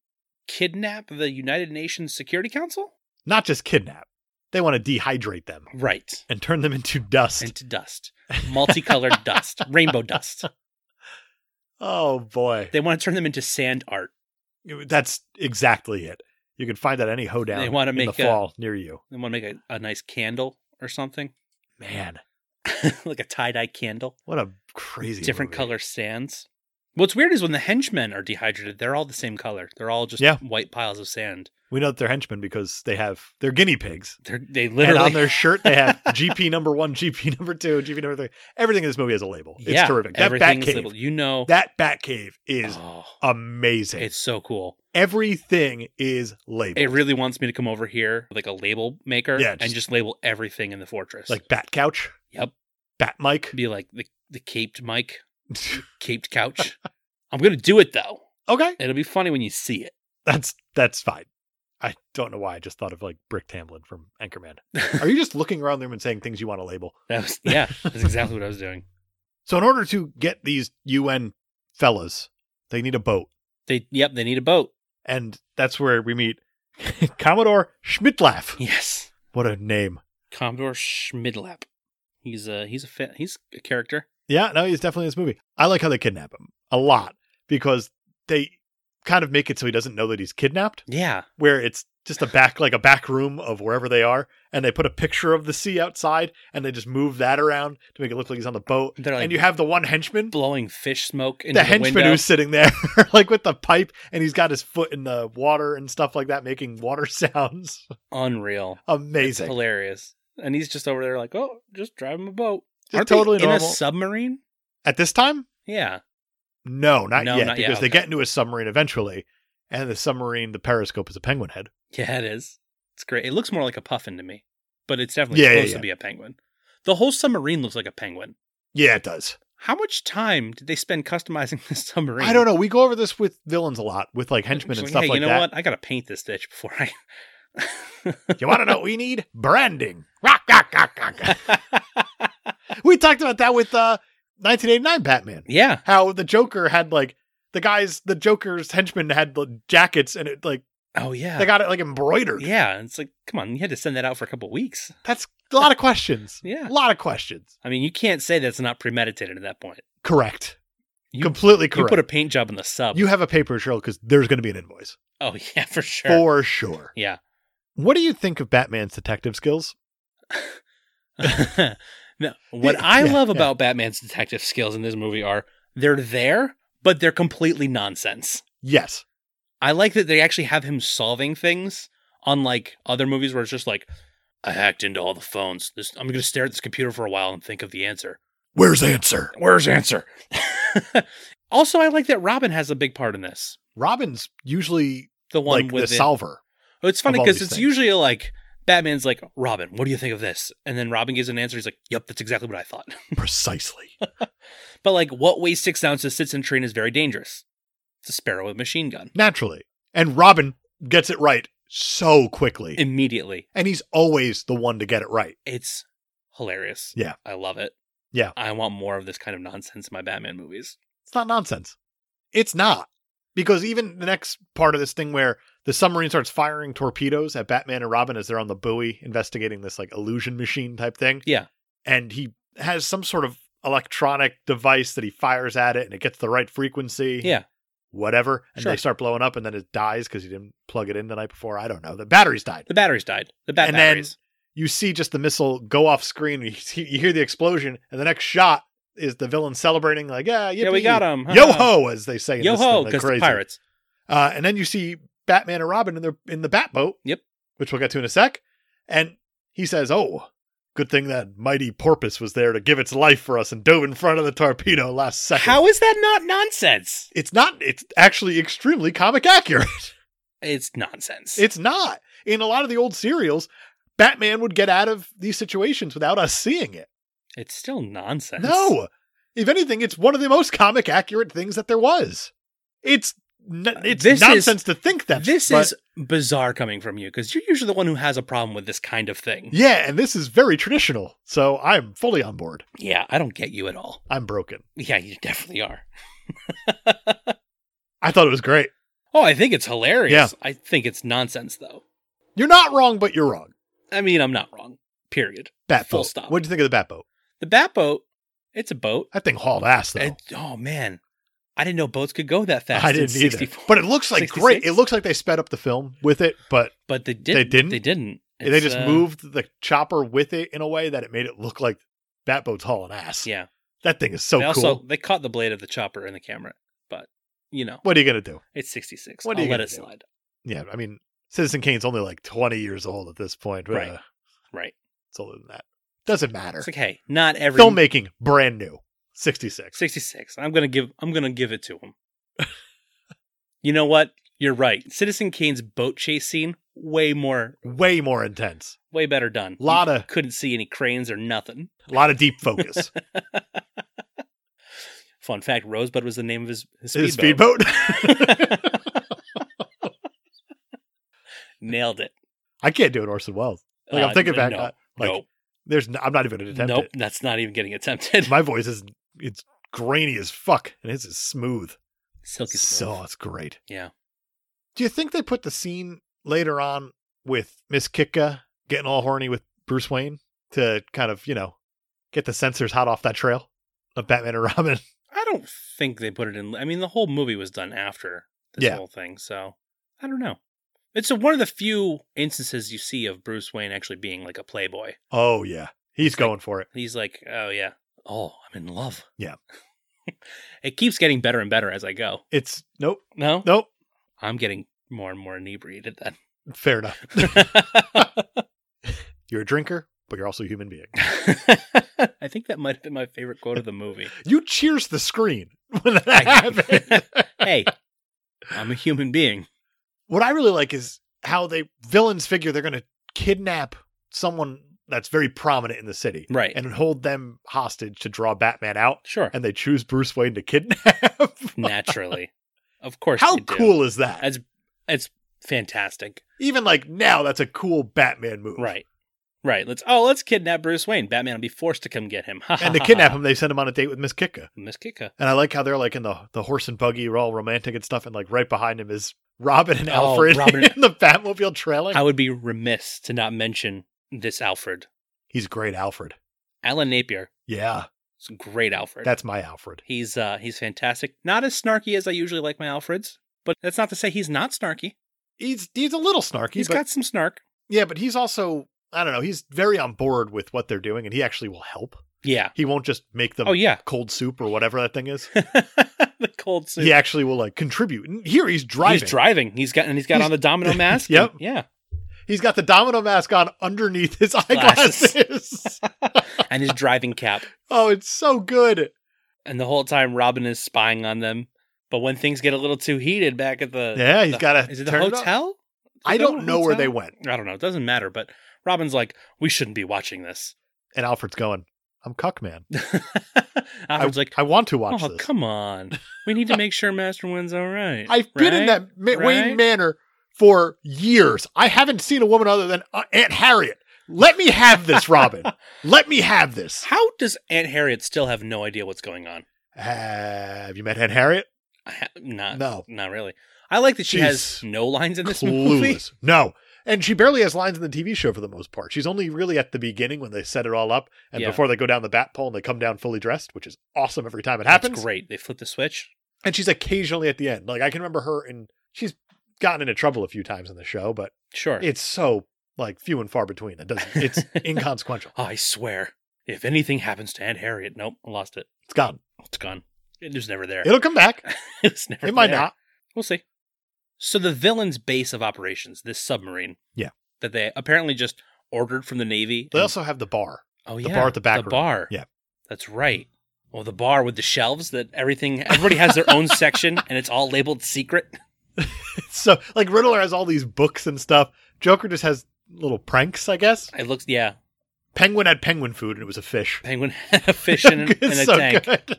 S1: kidnap the United Nations Security Council?
S4: Not just kidnap. They want to dehydrate them
S1: Right.
S4: and turn them into dust.
S1: Into dust. Multicolored dust. Rainbow dust.
S4: oh boy.
S1: They want to turn them into sand art.
S4: That's exactly it. You can find that at any hoedown
S1: They wanna
S4: in
S1: make a-
S4: the fall near you.
S1: They want to make a, a nice candle or something.
S4: Man,
S1: like a tie-dye candle.
S4: what a crazy
S1: Different
S4: movie.
S1: color sands. What's weird is when the henchmen are dehydrated, they're all the same color. They're all just
S4: Yeah.
S1: white piles of sand.
S4: We know that they're henchmen because they have they're guinea pigs.
S1: They're, they
S4: And
S1: literally
S4: on their shirt they have GP number one, GP number two, GP number three. Everything in this movie has a label. It's
S1: yeah,
S4: terrific. That bat
S1: everything's
S4: cave.
S1: labeled. You know,
S4: That bat cave is
S1: oh,
S4: amazing.
S1: it's so cool.
S4: Everything is labeled.
S1: It really wants me to come over here, like a label maker,
S4: Yeah,
S1: and
S4: just-
S1: just label everything in the fortress.
S4: like bat couch.
S1: Yep.
S4: Bat mic.
S1: be like the the caped mic, caped couch. I'm gonna do it though.
S4: okay.
S1: It'll be funny when you see it.
S4: That's that's fine. I don't know why I just thought of like Brick Tamblin from Anchorman. Are you just looking around the room and saying things you want to label?
S1: That was yeah. That's exactly what I was doing.
S4: So in order to get these UN fellas, they need a boat.
S1: They yep. They need a boat.
S4: And that's where we meet Commodore Schmidlaff.
S1: Yes.
S4: What a name.
S1: Commodore Schmidlap. He's a he's a fa- he's a character.
S4: Yeah, no, he's definitely in this movie. I like how they kidnap him a lot because they kind of make it so he doesn't know that he's kidnapped,
S1: Yeah.
S4: where it's just a back like a back room of wherever they are, and they put a picture of the sea outside and they just move that around to make it look like he's on the boat.
S1: They're like
S4: and you have the one henchman,
S1: blowing fish smoke into
S4: the
S1: the,
S4: henchman
S1: window.
S4: who's sitting there like with the pipe and he's got his foot in the water and stuff like that, making water sounds.
S1: Unreal.
S4: Amazing.
S1: Hilarious. And he's just over there like, oh, just driving a boat.
S4: Just
S1: Aren't
S4: totally
S1: they in
S4: normal.
S1: a submarine?
S4: At this time?
S1: Yeah.
S4: No, not
S1: No,
S4: yet.
S1: not yet,
S4: because they
S1: okay.
S4: get into a submarine eventually, and the submarine, the periscope is a penguin head.
S1: Yeah, it is. It's great. It looks more like a puffin to me, but it's definitely
S4: Yeah, yeah,
S1: supposed
S4: yeah.
S1: to be a penguin. The whole submarine looks like a penguin.
S4: Yeah, it does.
S1: How much time did they spend customizing this submarine?
S4: I don't know. We go over this with villains a lot, with like henchmen
S1: Just
S4: and
S1: like,
S4: stuff
S1: hey,
S4: like
S1: you know
S4: that.
S1: what? I gotta paint this ditch before I.
S4: You want to know what we need? Branding. Rock, rock, rock, rock. We talked about that with uh, 1989 Batman.
S1: Yeah.
S4: How the Joker had like the guys, the Joker's henchmen had the jackets and it like
S1: Oh yeah.
S4: they got it like embroidered.
S1: yeah. It's like, come on, you had to send that out for a couple weeks.
S4: That's a lot of questions.
S1: Yeah.
S4: A lot of questions.
S1: I mean, you can't say that's not premeditated at that point.
S4: Correct.
S1: You-
S4: Completely correct.
S1: You put a paint job in the sub.
S4: You have a paper trail because there's going to be an invoice
S1: oh yeah, for sure.
S4: for sure.
S1: Yeah.
S4: What do you think of Batman's detective skills?
S1: no, what I
S4: Yeah,
S1: love
S4: yeah.
S1: about Batman's detective skills in this movie are they're there, but they're completely nonsense.
S4: Yes.
S1: I like that they actually have him solving things, unlike other movies where it's just like, I hacked into all the phones. This, I'm going to stare at this computer for a while and think of the answer.
S4: Where's answer?
S1: Where's answer? also, I like that Robin has a big part in this.
S4: Robin's usually
S1: The one
S4: like
S1: with
S4: the solver.
S1: Oh, It's funny
S4: of all
S1: because
S4: these
S1: it's
S4: things.
S1: usually like Batman's like, Robin, what do you think of this? And then Robin gives an answer. He's like, Yep, that's exactly what I thought.
S4: Precisely.
S1: but like, what weighs six ounces, sits in a tree, and is very dangerous? It's a sparrow with a machine gun.
S4: Naturally. And Robin gets it right so quickly.
S1: Immediately.
S4: and he's always the one to get it right.
S1: It's hilarious.
S4: Yeah.
S1: I love it.
S4: Yeah.
S1: I want more of this kind of nonsense in my Batman movies.
S4: It's not nonsense. It's not. Because even the next part of this thing where the submarine starts firing torpedoes at Batman and Robin as they're on the buoy investigating this like illusion machine type thing.
S1: Yeah.
S4: And he has some sort of electronic device that he fires at it and it gets the right frequency.
S1: Yeah.
S4: Whatever. And
S1: Sure.
S4: they start blowing up and then it dies because he didn't plug it in the night before. I don't know. The batteries died.
S1: The batteries died. The bat
S4: And then-
S1: batteries.
S4: you see just the missile go off screen. You, see, you hear the explosion, and the next shot is the villain celebrating, like, "Yeah,
S1: yeah, we got
S4: him,
S1: him.
S4: yo ho," as they say. in
S1: Uh-huh. Yo
S4: this thing,
S1: ho,
S4: like
S1: because the
S4: crazy.
S1: pirates.
S4: Uh, and then you see Batman and Robin in their in the Batboat.
S1: Yep.
S4: which we'll get to in a sec. And he says, "Oh, good thing that mighty porpoise was there to give its life for us and dove in front of the torpedo last second.
S1: How is that not nonsense?
S4: It's not. It's actually extremely comic accurate.
S1: It's nonsense.
S4: It's not. In a lot of the old serials, Batman would get out of these situations without us seeing it.
S1: it's still nonsense.
S4: No. If anything, it's one of the most comic accurate things that there was. It's n- it's
S1: Uh, This is-
S4: nonsense to think that.
S1: this
S4: but-
S1: is bizarre coming from you because you're usually the one who has a problem with this kind of thing.
S4: yeah, and this is very traditional. So I'm fully on board.
S1: Yeah, I don't get you at all.
S4: I'm broken.
S1: Yeah, you definitely are.
S4: I thought it was great.
S1: Oh, I think it's hilarious.
S4: Yeah.
S1: I think it's nonsense though.
S4: You're not wrong, but you're wrong.
S1: I mean, I'm not wrong. Period.
S4: Batboat.
S1: Full stop.
S4: What'd you think of the Batboat?
S1: The bat boat, it's a boat.
S4: That thing hauled ass though.
S1: It- oh man, I didn't know boats could go that fast.
S4: I
S1: in
S4: didn't either.
S1: 64.
S4: But it looks like great.
S1: 66?
S4: It looks like they sped up the film with it, but
S1: But they didn't.
S4: didn't?
S1: They didn't.
S4: they
S1: It's,
S4: just
S1: uh,
S4: moved the chopper with it in a way that it made it look like Batboat's hauling ass.
S1: Yeah.
S4: That thing is so
S1: they
S4: Oh, cool.
S1: also they caught the blade of the chopper in the camera, but you know
S4: what are you gonna do?
S1: it's 66.
S4: What are
S1: I'll
S4: you
S1: let
S4: gonna
S1: it
S4: do?
S1: slide.
S4: yeah, I mean, Citizen Kane's only like 20 years old at this point.
S1: Right.
S4: Uh,
S1: Right.
S4: it's older than that. Doesn't matter.
S1: It's like hey, not every
S4: Filmmaking, brand new. 66.
S1: 66. I'm gonna give I'm gonna give it to him. you know what? You're right. Citizen Kane's boat chase scene way more
S4: Way more intense.
S1: way better done.
S4: Lot
S1: You
S4: of-
S1: couldn't see any cranes or nothing.
S4: A lot of deep focus.
S1: Fun fact: Rosebud was the name of his, his speedboat.
S4: His speedboat.
S1: Nailed it.
S4: I can't do an Orson Welles. Like, I'm
S1: Uh,
S4: thinking back.
S1: No,
S4: uh, like,
S1: nope,
S4: There's n- I'm not even going to attempt
S1: nope. That's not even getting attempted.
S4: it. My voice is it's grainy as fuck, and his is smooth.
S1: Silky smooth.
S4: So it's great.
S1: Yeah.
S4: Do you think they put the scene later on with Miss Kitka getting all horny with Bruce Wayne to kind of, you know, get the censors hot off that trail of Batman and Robin?
S1: I don't think they put it in. I mean, the whole movie was done after this
S4: Yeah.
S1: whole thing, so I don't know. It's a, one of the few instances you see of Bruce Wayne actually being like a playboy.
S4: Oh yeah. He's going for it.
S1: He's like, oh yeah, oh I'm in love.
S4: Yeah.
S1: it keeps getting better and better as I go.
S4: It's nope,
S1: No,
S4: nope.
S1: I'm getting more and more inebriated then.
S4: Fair enough. You're a drinker, but you're also a human being.
S1: I think that might have been my favorite quote of the movie.
S4: You cheers the screen when that
S1: I-
S4: happened.
S1: Hey, I'm a human being.
S4: what I really like is how they villains figure they're gonna kidnap someone that's very prominent in the city.
S1: Right.
S4: And hold them hostage to draw Batman out.
S1: Sure.
S4: and they choose Bruce Wayne to kidnap.
S1: Naturally. Of course.
S4: How
S1: they do.
S4: cool is that?
S1: That's- It's fantastic.
S4: Even like now, that's a cool Batman move.
S1: Right. Right. Let's oh, let's kidnap Bruce Wayne. Batman will be forced to come get him. Ha,
S4: And to
S1: ha,
S4: kidnap
S1: ha,
S4: him, they send him on a date with Miss Kitka.
S1: ha. Miss Kika.
S4: And I like how they're like in the, the horse and buggy, are all romantic and stuff. And like right behind him is Robin and Alfred
S1: Oh, Robin-
S4: in the Batmobile trailing.
S1: I would be remiss to not mention this Alfred.
S4: He's great, Alfred.
S1: Alan Napier.
S4: Yeah,
S1: It's a great Alfred.
S4: that's my Alfred.
S1: he's uh he's fantastic. Not as snarky as I usually like my Alfreds, but that's not to say he's not snarky.
S4: He's he's a little snarky,
S1: He's
S4: but
S1: got some snark.
S4: yeah, but he's also I don't know. He's very on board with what they're doing, and he actually will help.
S1: Yeah.
S4: He won't just make them
S1: Oh yeah.
S4: cold soup or whatever that thing is.
S1: the cold suit.
S4: he actually will like contribute. And here he's driving.
S1: He's driving. He's got and he's got
S4: He's-
S1: on the domino mask. and-
S4: Yep.
S1: yeah.
S4: he's got the domino mask on underneath his
S1: Glasses.
S4: eyeglasses.
S1: And his driving cap.
S4: oh, it's so good.
S1: And the whole time Robin is spying on them. But when things get a little too heated back at the
S4: Yeah, he's
S1: Uh, the-
S4: got a.
S1: Is it the hotel?
S4: I don't know where they
S1: went.
S4: went.
S1: I don't know. It doesn't matter. But Robin's like, we shouldn't be watching this.
S4: And Alfred's going. I'm cuck man.
S1: Alfred's
S4: I,
S1: like,
S4: I want to watch
S1: oh,
S4: this.
S1: come on. We need to make sure Master Wynn's all right.
S4: I've been
S1: right?
S4: in that Ma-
S1: Right?
S4: Wayne Manor for years. I haven't seen a woman other than uh, Aunt Harriet. Let me have this, Robin. Let me have this.
S1: How does Aunt Harriet still have no idea what's going on?
S4: Have you met Aunt Harriet?
S1: I ha- not,
S4: No.
S1: not really. I like that she has
S4: She's
S1: no lines in this movie.
S4: Clueless. No. And she barely has lines in the TV show for the most part. She's only really at the beginning when they set it all up and
S1: Yeah.
S4: before they go down the bat pole and they come down fully dressed, which is awesome every time it happens.
S1: That's great. They flip the switch.
S4: And she's occasionally at the end. Like I can remember her and she's gotten into trouble a few times in the show, but
S1: Sure.
S4: it's so like few and far between. It doesn't it's inconsequential.
S1: Oh, I swear, if anything happens to Aunt Harriet, nope, I lost it.
S4: It's gone.
S1: It's gone. It was never there.
S4: It'll come back.
S1: it was never
S4: It might
S1: there.
S4: not.
S1: We'll see. So the villain's base of operations, this submarine,
S4: Yeah.
S1: that they apparently just ordered from the navy.
S4: They
S1: and-
S4: also have the bar.
S1: oh
S4: the
S1: yeah,
S4: bar at the back
S1: The
S4: room.
S1: bar,
S4: Yeah.
S1: that's right. Well, the bar with the shelves that everything, everybody has their own section, and it's all labeled secret.
S4: So like Riddler has all these books and stuff. Joker just has little pranks, I guess.
S1: It looks, yeah.
S4: Penguin had penguin food and it was a fish.
S1: Penguin had a fish in, in a
S4: It's so
S1: tank,
S4: good.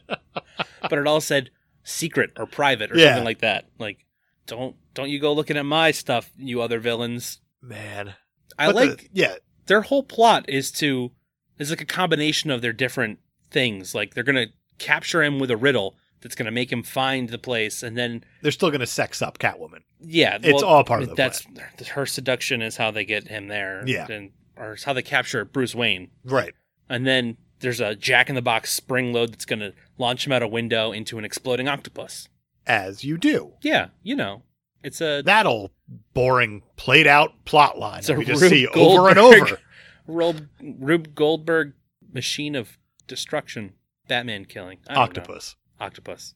S1: but it all said secret or private or
S4: Yeah.
S1: something like that. Like, don't don't you go looking at my stuff, you other villains.
S4: Man.
S1: I
S4: But the-
S1: like
S4: yeah.
S1: their whole plot is to is like a combination of their different things. Like they're gonna capture him with a riddle that's gonna make him find the place, and then
S4: They're still gonna sex up Catwoman.
S1: yeah,
S4: It's all part of the
S1: that's her seduction is how they get him there.
S4: Yeah.
S1: and or it's how they capture Bruce Wayne,
S4: Right.
S1: and then there's a Jack in the Box spring load that's gonna launch him out a window into an exploding octopus.
S4: As you do.
S1: Yeah, you know, it's a
S4: That old boring played out plot line
S1: It's
S4: that
S1: a
S4: we just
S1: Rube
S4: see over and
S1: Goldberg.
S4: over.
S1: Rob, Rube Goldberg machine of destruction, Batman killing I don't know.
S4: Octopus.
S1: octopus.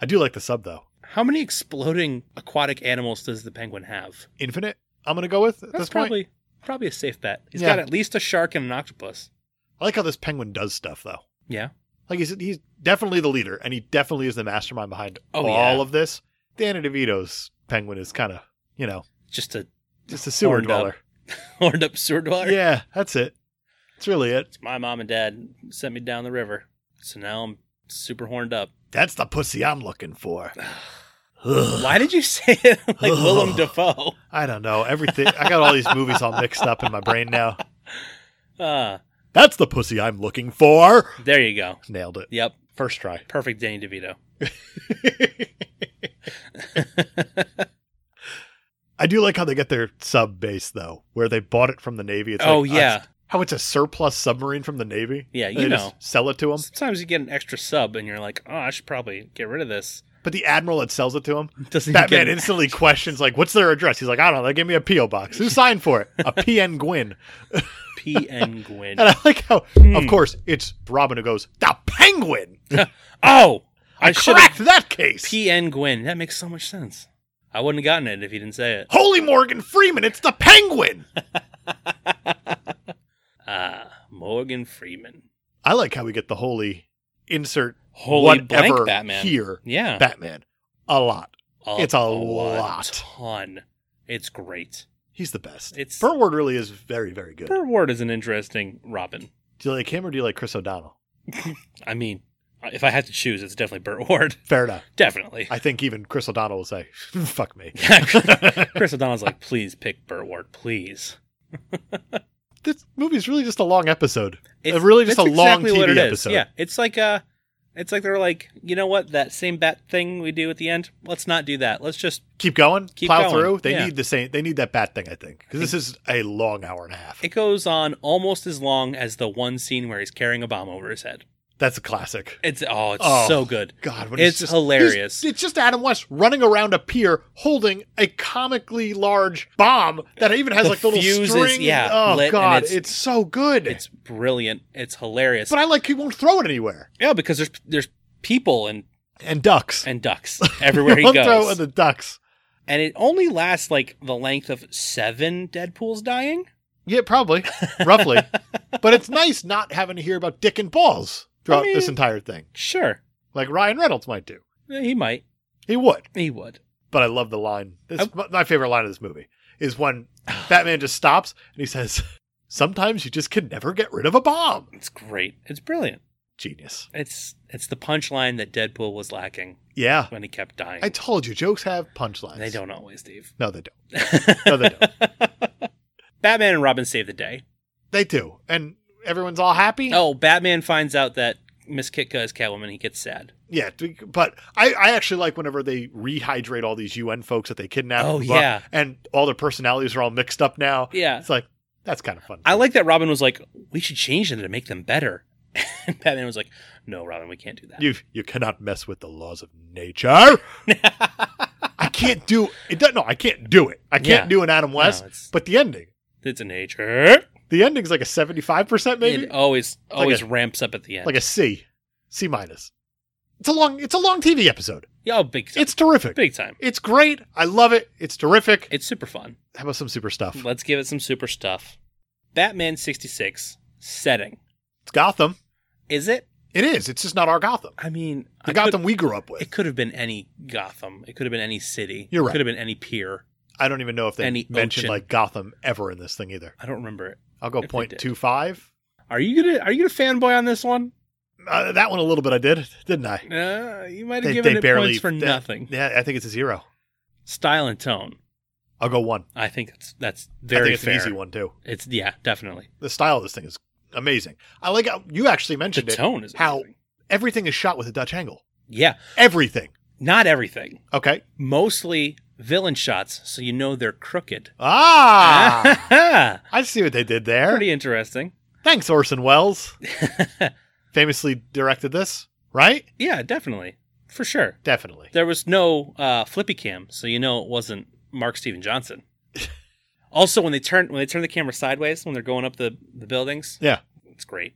S4: I do like the sub though.
S1: How many exploding aquatic animals does the penguin have?
S4: Infinite, I'm gonna go with at
S1: That's
S4: this point.
S1: probably probably a safe bet. He's
S4: Yeah.
S1: got at least a shark and an octopus.
S4: I like how this penguin does stuff though.
S1: Yeah.
S4: Like he's he's definitely the leader, and he definitely is the mastermind behind
S1: Oh,
S4: all
S1: yeah.
S4: of this. Danny DeVito's penguin is kind of you know
S1: Just a
S4: just a sewer
S1: Horned up.
S4: dweller.
S1: horned up sewer dweller.
S4: Yeah, that's it. That's really it.
S1: My mom and dad sent me down the river. So now I'm super horned up.
S4: That's the pussy I'm looking for. Ugh.
S1: Why did you say it like Willem Dafoe?
S4: I don't know everything. I got all these movies all mixed up in my brain now.
S1: Ah,
S4: That's the pussy I'm looking for.
S1: there you go.
S4: Nailed it.
S1: Yep.
S4: First try.
S1: Perfect Danny DeVito.
S4: I do like how they get their sub base though, where they bought it from the Navy. It's
S1: oh
S4: like,
S1: yeah.
S4: uh, how it's a surplus submarine from the Navy.
S1: Yeah,
S4: And
S1: you
S4: they just
S1: know.
S4: sell it to them.
S1: Sometimes you get an extra sub and you're like, oh, I should probably get rid of this.
S4: But the admiral that sells it to him,
S1: Doesn't
S4: Batman
S1: get an-
S4: instantly questions, like, "What's their address?" He's like, "I don't know. They gave me a PO box. Who signed for it? A PN Gwyn."
S1: Penguin.
S4: And I like how,
S1: Hmm.
S4: of course, it's Robin who goes, "The Penguin."
S1: oh, I,
S4: I,
S1: should have
S4: cracked that case.
S1: PN Gwyn. That makes so much sense. I wouldn't have gotten it if you didn't say it.
S4: Holy Morgan Freeman! It's the Penguin.
S1: Ah, Morgan Freeman.
S4: I like how we get the holy insert
S1: Holy
S4: whatever
S1: blank Batman.
S4: here
S1: Yeah.
S4: Batman a lot. it's a lot.
S1: ton. It's great.
S4: He's the best.
S1: It's-
S4: Burt Ward really is very very good.
S1: Burt Ward is an interesting Robin.
S4: Do you like him or do you like Chris O'Donnell?
S1: I mean, if I had to choose, it's definitely Burt Ward.
S4: Fair enough.
S1: Definitely.
S4: I think even Chris O'Donnell will say, "Fuck me."
S1: Chris O'Donnell's like, please pick Burt Ward, please.
S4: this movie's really just a long episode.
S1: It's
S4: really just
S1: that's
S4: a long
S1: exactly what
S4: TV
S1: it is.
S4: episode.
S1: Yeah, it's like uh it's like they were like, you know what, that same bat thing we do at the end. Let's not do that. Let's just.
S4: Keep going,
S1: Keep
S4: plow
S1: going,
S4: through. They
S1: yeah.
S4: need the same. They need that bat thing, I think, because this is a long hour and a half.
S1: It goes on almost as long as the one scene where he's carrying a bomb over his head.
S4: That's a classic.
S1: It's oh, it's
S4: Oh,
S1: so good.
S4: God, when he's
S1: it's
S4: just-
S1: hilarious.
S4: he's- It's just Adam West running around a pier holding a comically large bomb that even has
S1: The
S4: like the little
S1: fuse is-
S4: string.
S1: yeah,
S4: oh
S1: lit and
S4: God, it's,
S1: it's-
S4: so good.
S1: It's brilliant. It's hilarious.
S4: but I like he won't throw it anywhere.
S1: yeah, because there's there's people and
S4: And ducks.
S1: and ducks everywhere he
S4: won't throw
S1: goes,
S4: and the ducks.
S1: and it only lasts like the length of seven Deadpool's dying.
S4: Yeah, probably, roughly. but it's nice not having to hear about dick and balls throughout
S1: mean-
S4: this entire thing,
S1: Sure,
S4: like Ryan Reynolds might do.
S1: Yeah, he might.
S4: He would.
S1: He would.
S4: but I love the line. This,
S1: I-
S4: my- my favorite line of this movie is when Batman just stops and he says, "Sometimes you just can never get rid of a bomb."
S1: It's great. It's brilliant.
S4: Genius.
S1: It's it's the punchline that Deadpool was lacking
S4: Yeah,
S1: when he kept dying.
S4: I told you, jokes have punchlines.
S1: they don't always, Steve.
S4: No, they don't. No, they don't.
S1: Batman and Robin save the day.
S4: they do, and everyone's all happy.
S1: Oh, Batman finds out that Miss Kitka is Catwoman. He gets sad.
S4: Yeah, t- but I, I actually like whenever they rehydrate all these UN folks that they kidnapped.
S1: Oh,
S4: blah, blah,
S1: yeah.
S4: and all their personalities are all mixed up now.
S1: Yeah.
S4: it's like that's kind of fun.
S1: I like that Robin was like, "We should change them to make them better." And Batman was like, "No, Robin, we can't do that."
S4: You you cannot mess with the laws of nature. I can't do it. doesn't- No, I can't do it. I can't
S1: Yeah.
S4: do an Adam West.
S1: it's-
S4: but the ending,
S1: it's a nature.
S4: the ending's like a seventy-five percent, maybe
S1: It always
S4: like
S1: always
S4: a-
S1: ramps up at the end.
S4: like a C, C minus. It's a long. It's a long TV episode.
S1: yeah, oh, big time.
S4: It's terrific.
S1: big time.
S4: It's great. I love it. It's terrific.
S1: It's super fun.
S4: How about some super stuff?
S1: Let's give it some super stuff. Batman sixty six setting
S4: It's Gotham.
S1: is it?
S4: It is. It's just not our Gotham.
S1: I mean,
S4: The
S1: I could-
S4: Gotham we grew up with.
S1: It could have been any Gotham. It could have been any city.
S4: You're right.
S1: It could have been any pier.
S4: I don't even know if they
S1: Any
S4: mentioned
S1: ocean.
S4: like Gotham ever in this thing either.
S1: I don't remember it.
S4: I'll go
S1: If they did.
S4: 0.25.
S1: Are you gonna Are you gonna fanboy on this one?
S4: Uh, that one a little bit I did, didn't I?
S1: Uh, you might have given it points for
S4: they-
S1: nothing.
S4: Yeah, I think it's a zero.
S1: Style and tone.
S4: I'll go one.
S1: I think that's that's
S4: I
S1: very
S4: think it's
S1: fair.
S4: an easy one too.
S1: It's yeah, definitely.
S4: The style of this thing is amazing. I like how you actually
S1: The
S4: mentioned it.
S1: tone is
S4: how
S1: amazing.
S4: everything is shot with a Dutch angle.
S1: Yeah,
S4: Everything.
S1: not everything.
S4: Okay.
S1: Mostly villain shots, so you know they're crooked.
S4: Ah, I see what they did there.
S1: Pretty interesting.
S4: Thanks, Orson Welles. Famously directed this, right?
S1: Yeah, definitely for sure.
S4: Definitely.
S1: There was no uh, flippy cam, so you know it wasn't Mark Steven Johnson. also, when they turn when they turn the camera sideways when they're going up the the buildings,
S4: Yeah,
S1: it's great.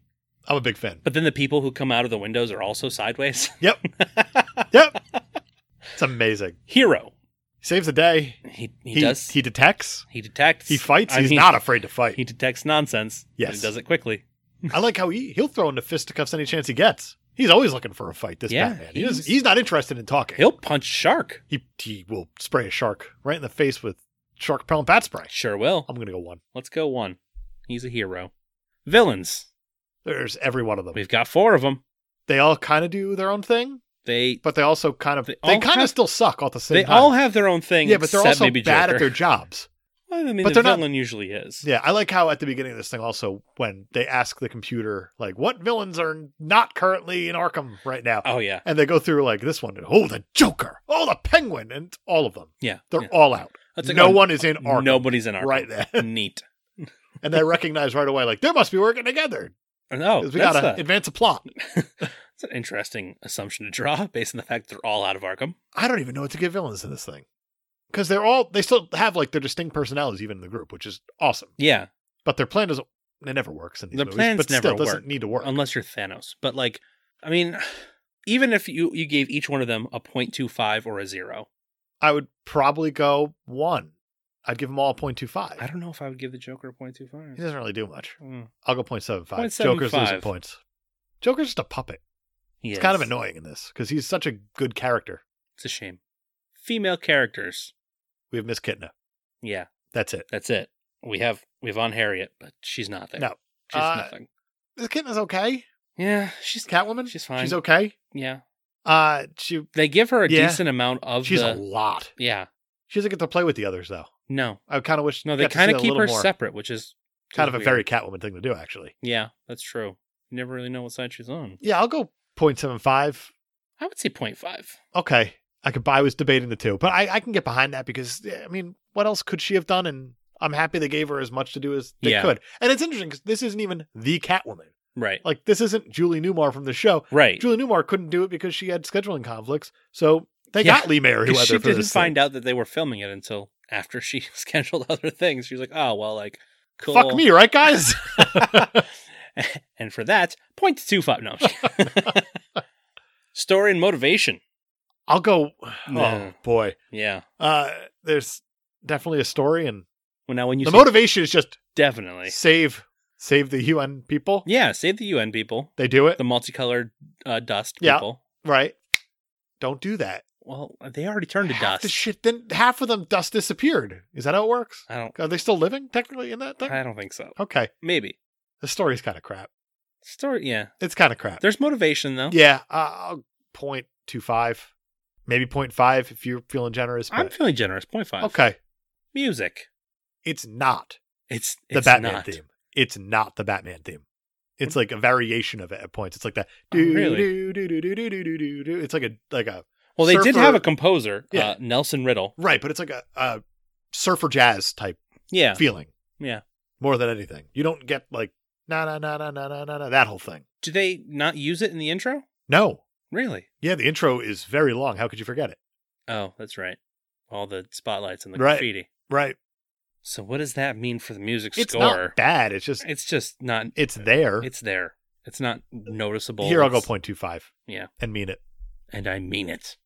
S4: I'm a big fan.
S1: But then the people who come out of the windows are also sideways.
S4: Yep. yep. It's amazing.
S1: Hero,
S4: Saves the day.
S1: he he, does
S4: He
S1: he,
S4: detects.
S1: detects
S4: He fights.
S1: I
S4: He's
S1: mean,
S4: not afraid to fight.
S1: He detects nonsense. but
S4: Yes.
S1: he does it quickly.
S4: I like how he he'll throw into fisticuffs any chance he gets. He's always looking for a fight. This
S1: Yeah,
S4: Batman. He does,
S1: he's-
S4: he's not interested in talking.
S1: He'll punch shark.
S4: he he will spray a shark right in the face with shark repellent bat spray.
S1: Sure will.
S4: I'm gonna go one.
S1: Let's go one. He's a hero. Villains.
S4: There's every one of them.
S1: We've got four of them.
S4: They all kind of do their own thing,
S1: They
S4: but they also kind of they,
S1: They all
S4: kind of
S1: have-
S4: still suck all at the same
S1: they
S4: time.
S1: all have their own thing.
S4: yeah, but they're
S1: except
S4: also
S1: maybe
S4: bad
S1: Joker.
S4: at their jobs.
S1: Well, I mean,
S4: But
S1: the
S4: they're not-
S1: villain usually is.
S4: Yeah, I like how at the beginning of this thing also when they ask the computer like what villains are not currently in Arkham right now.
S1: Oh yeah,
S4: And they go through like this one. Oh, the Joker. Oh, the Penguin, and all of them.
S1: yeah.
S4: They're
S1: yeah.
S4: all out.
S1: That's like,
S4: no
S1: oh,
S4: one is in Arkham.
S1: Nobody's in Arkham.
S4: right there.
S1: Neat.
S4: and I recognize right away, like, they must be working together.
S1: Oh,
S4: 'cause
S1: that's,
S4: we got to
S1: a-
S4: advance a plot.
S1: that's an interesting assumption to draw based on the fact they're all out of Arkham.
S4: I don't even know what to give villains in this thing. Because they're all, they still have like their distinct personalities, even in the group, which is awesome.
S1: Yeah,
S4: But their plan doesn't, it never works in these
S1: The
S4: movies.
S1: plans
S4: but still
S1: never
S4: doesn't
S1: work,
S4: need to work.
S1: unless you're Thanos. But like, I mean, even if you you gave each one of them a 0.25 or a zero,
S4: I would probably go one. I'd give them all a
S1: I
S4: 0.25.
S1: don't know if I would give the Joker a 0.25.
S4: He doesn't really do much.
S1: Mm.
S4: I'll go 0.75.
S1: 0.75.
S4: Joker's losing points. Joker's just a puppet.
S1: He
S4: It's
S1: is.
S4: kind of annoying in this because he's such a good character.
S1: It's a shame. Female characters.
S4: We have Miss Kitna.
S1: Yeah,
S4: That's it.
S1: that's it. We have we have on Harriet, but she's not there.
S4: No.
S1: she's
S4: Uh,
S1: nothing.
S4: Miss Kitna's okay.
S1: Yeah, she's
S4: Catwoman.
S1: She's fine.
S4: She's okay.
S1: yeah.
S4: Uh, she
S1: They give her a
S4: Yeah.
S1: decent amount of
S4: she's
S1: the
S4: a lot.
S1: yeah.
S4: She doesn't get to play with the others though.
S1: No,
S4: I kind of wish.
S1: no, they
S4: got to
S1: kind
S4: see
S1: of
S4: a
S1: keep
S4: little
S1: her
S4: more.
S1: separate, which is
S4: Kind of a
S1: weird.
S4: very Catwoman thing to do, actually.
S1: Yeah, that's true. You never really know what side she's on.
S4: Yeah, I'll go 0.75.
S1: I would say 0.5.
S4: Okay. I could buy, I was debating the two, but I, I can get behind that because, yeah, I mean, what else could she have done? And I'm happy they gave her as much to do as they
S1: Yeah.
S4: could. And it's interesting because this isn't even the Catwoman.
S1: Right.
S4: Like, this isn't Julie Newmar from the show.
S1: Right.
S4: Julie Newmar couldn't do it because she had scheduling conflicts. So they
S1: Yeah.
S4: got Lee Merriweather
S1: Because she
S4: for
S1: didn't
S4: this
S1: find out that they were filming it until after she scheduled other things. She was like, oh, well, like, cool.
S4: thing. Fuck me, right, guys?
S1: and for that, 0.25. No. Story and motivation.
S4: I'll go.
S1: Nah.
S4: Oh boy,
S1: Yeah.
S4: uh, there's definitely a story, and
S1: Well, now when you
S4: the
S1: say
S4: motivation is just
S1: definitely.
S4: save, save the UN people.
S1: Yeah, save the UN people,
S4: They do it
S1: the multicolored uh, dust
S4: Yeah.
S1: people.
S4: right. Don't do that.
S1: Well, they already turned to
S4: Half
S1: dust.
S4: The shit. Then half of them dust disappeared. Is that how it works?
S1: I don't.
S4: Are they still living technically in that thing?
S1: I don't think so.
S4: Okay,
S1: Maybe
S4: the story's kind of crap.
S1: story. Yeah,
S4: It's kind of crap.
S1: there's motivation though.
S4: Yeah, uh, I'll point two five, maybe point five if you're feeling generous.
S1: I'm
S4: but-
S1: feeling generous. 0.5.
S4: okay.
S1: Music.
S4: It's not
S1: It's,
S4: the
S1: it's
S4: Batman
S1: not.
S4: theme. It's not the Batman theme. It's like a variation of it at points. It's like that.
S1: Oh, really?
S4: do, do, do, do, do, do, do, do, do. It's like a like a
S1: Well, they did
S4: Surfer-
S1: have a composer,
S4: Yeah.
S1: uh, Nelson Riddle.
S4: right, but it's like a, a surfer jazz type
S1: Yeah,
S4: feeling
S1: yeah.
S4: more than anything. You don't get like na na na na na na na na that whole thing.
S1: Do they not use it in the intro?
S4: No,
S1: Really?
S4: yeah, the intro is very long. How could you forget it?
S1: Oh, that's right. All the spotlights and the
S4: Right.
S1: graffiti.
S4: Right,
S1: So what does that mean for the music
S4: it's
S1: score?
S4: not bad. It's just
S1: It's just not.
S4: it's there.
S1: It's there. It's not noticeable.
S4: Here I'll go
S1: It's-
S4: point two five
S1: Yeah,
S4: and mean it
S1: and I mean it.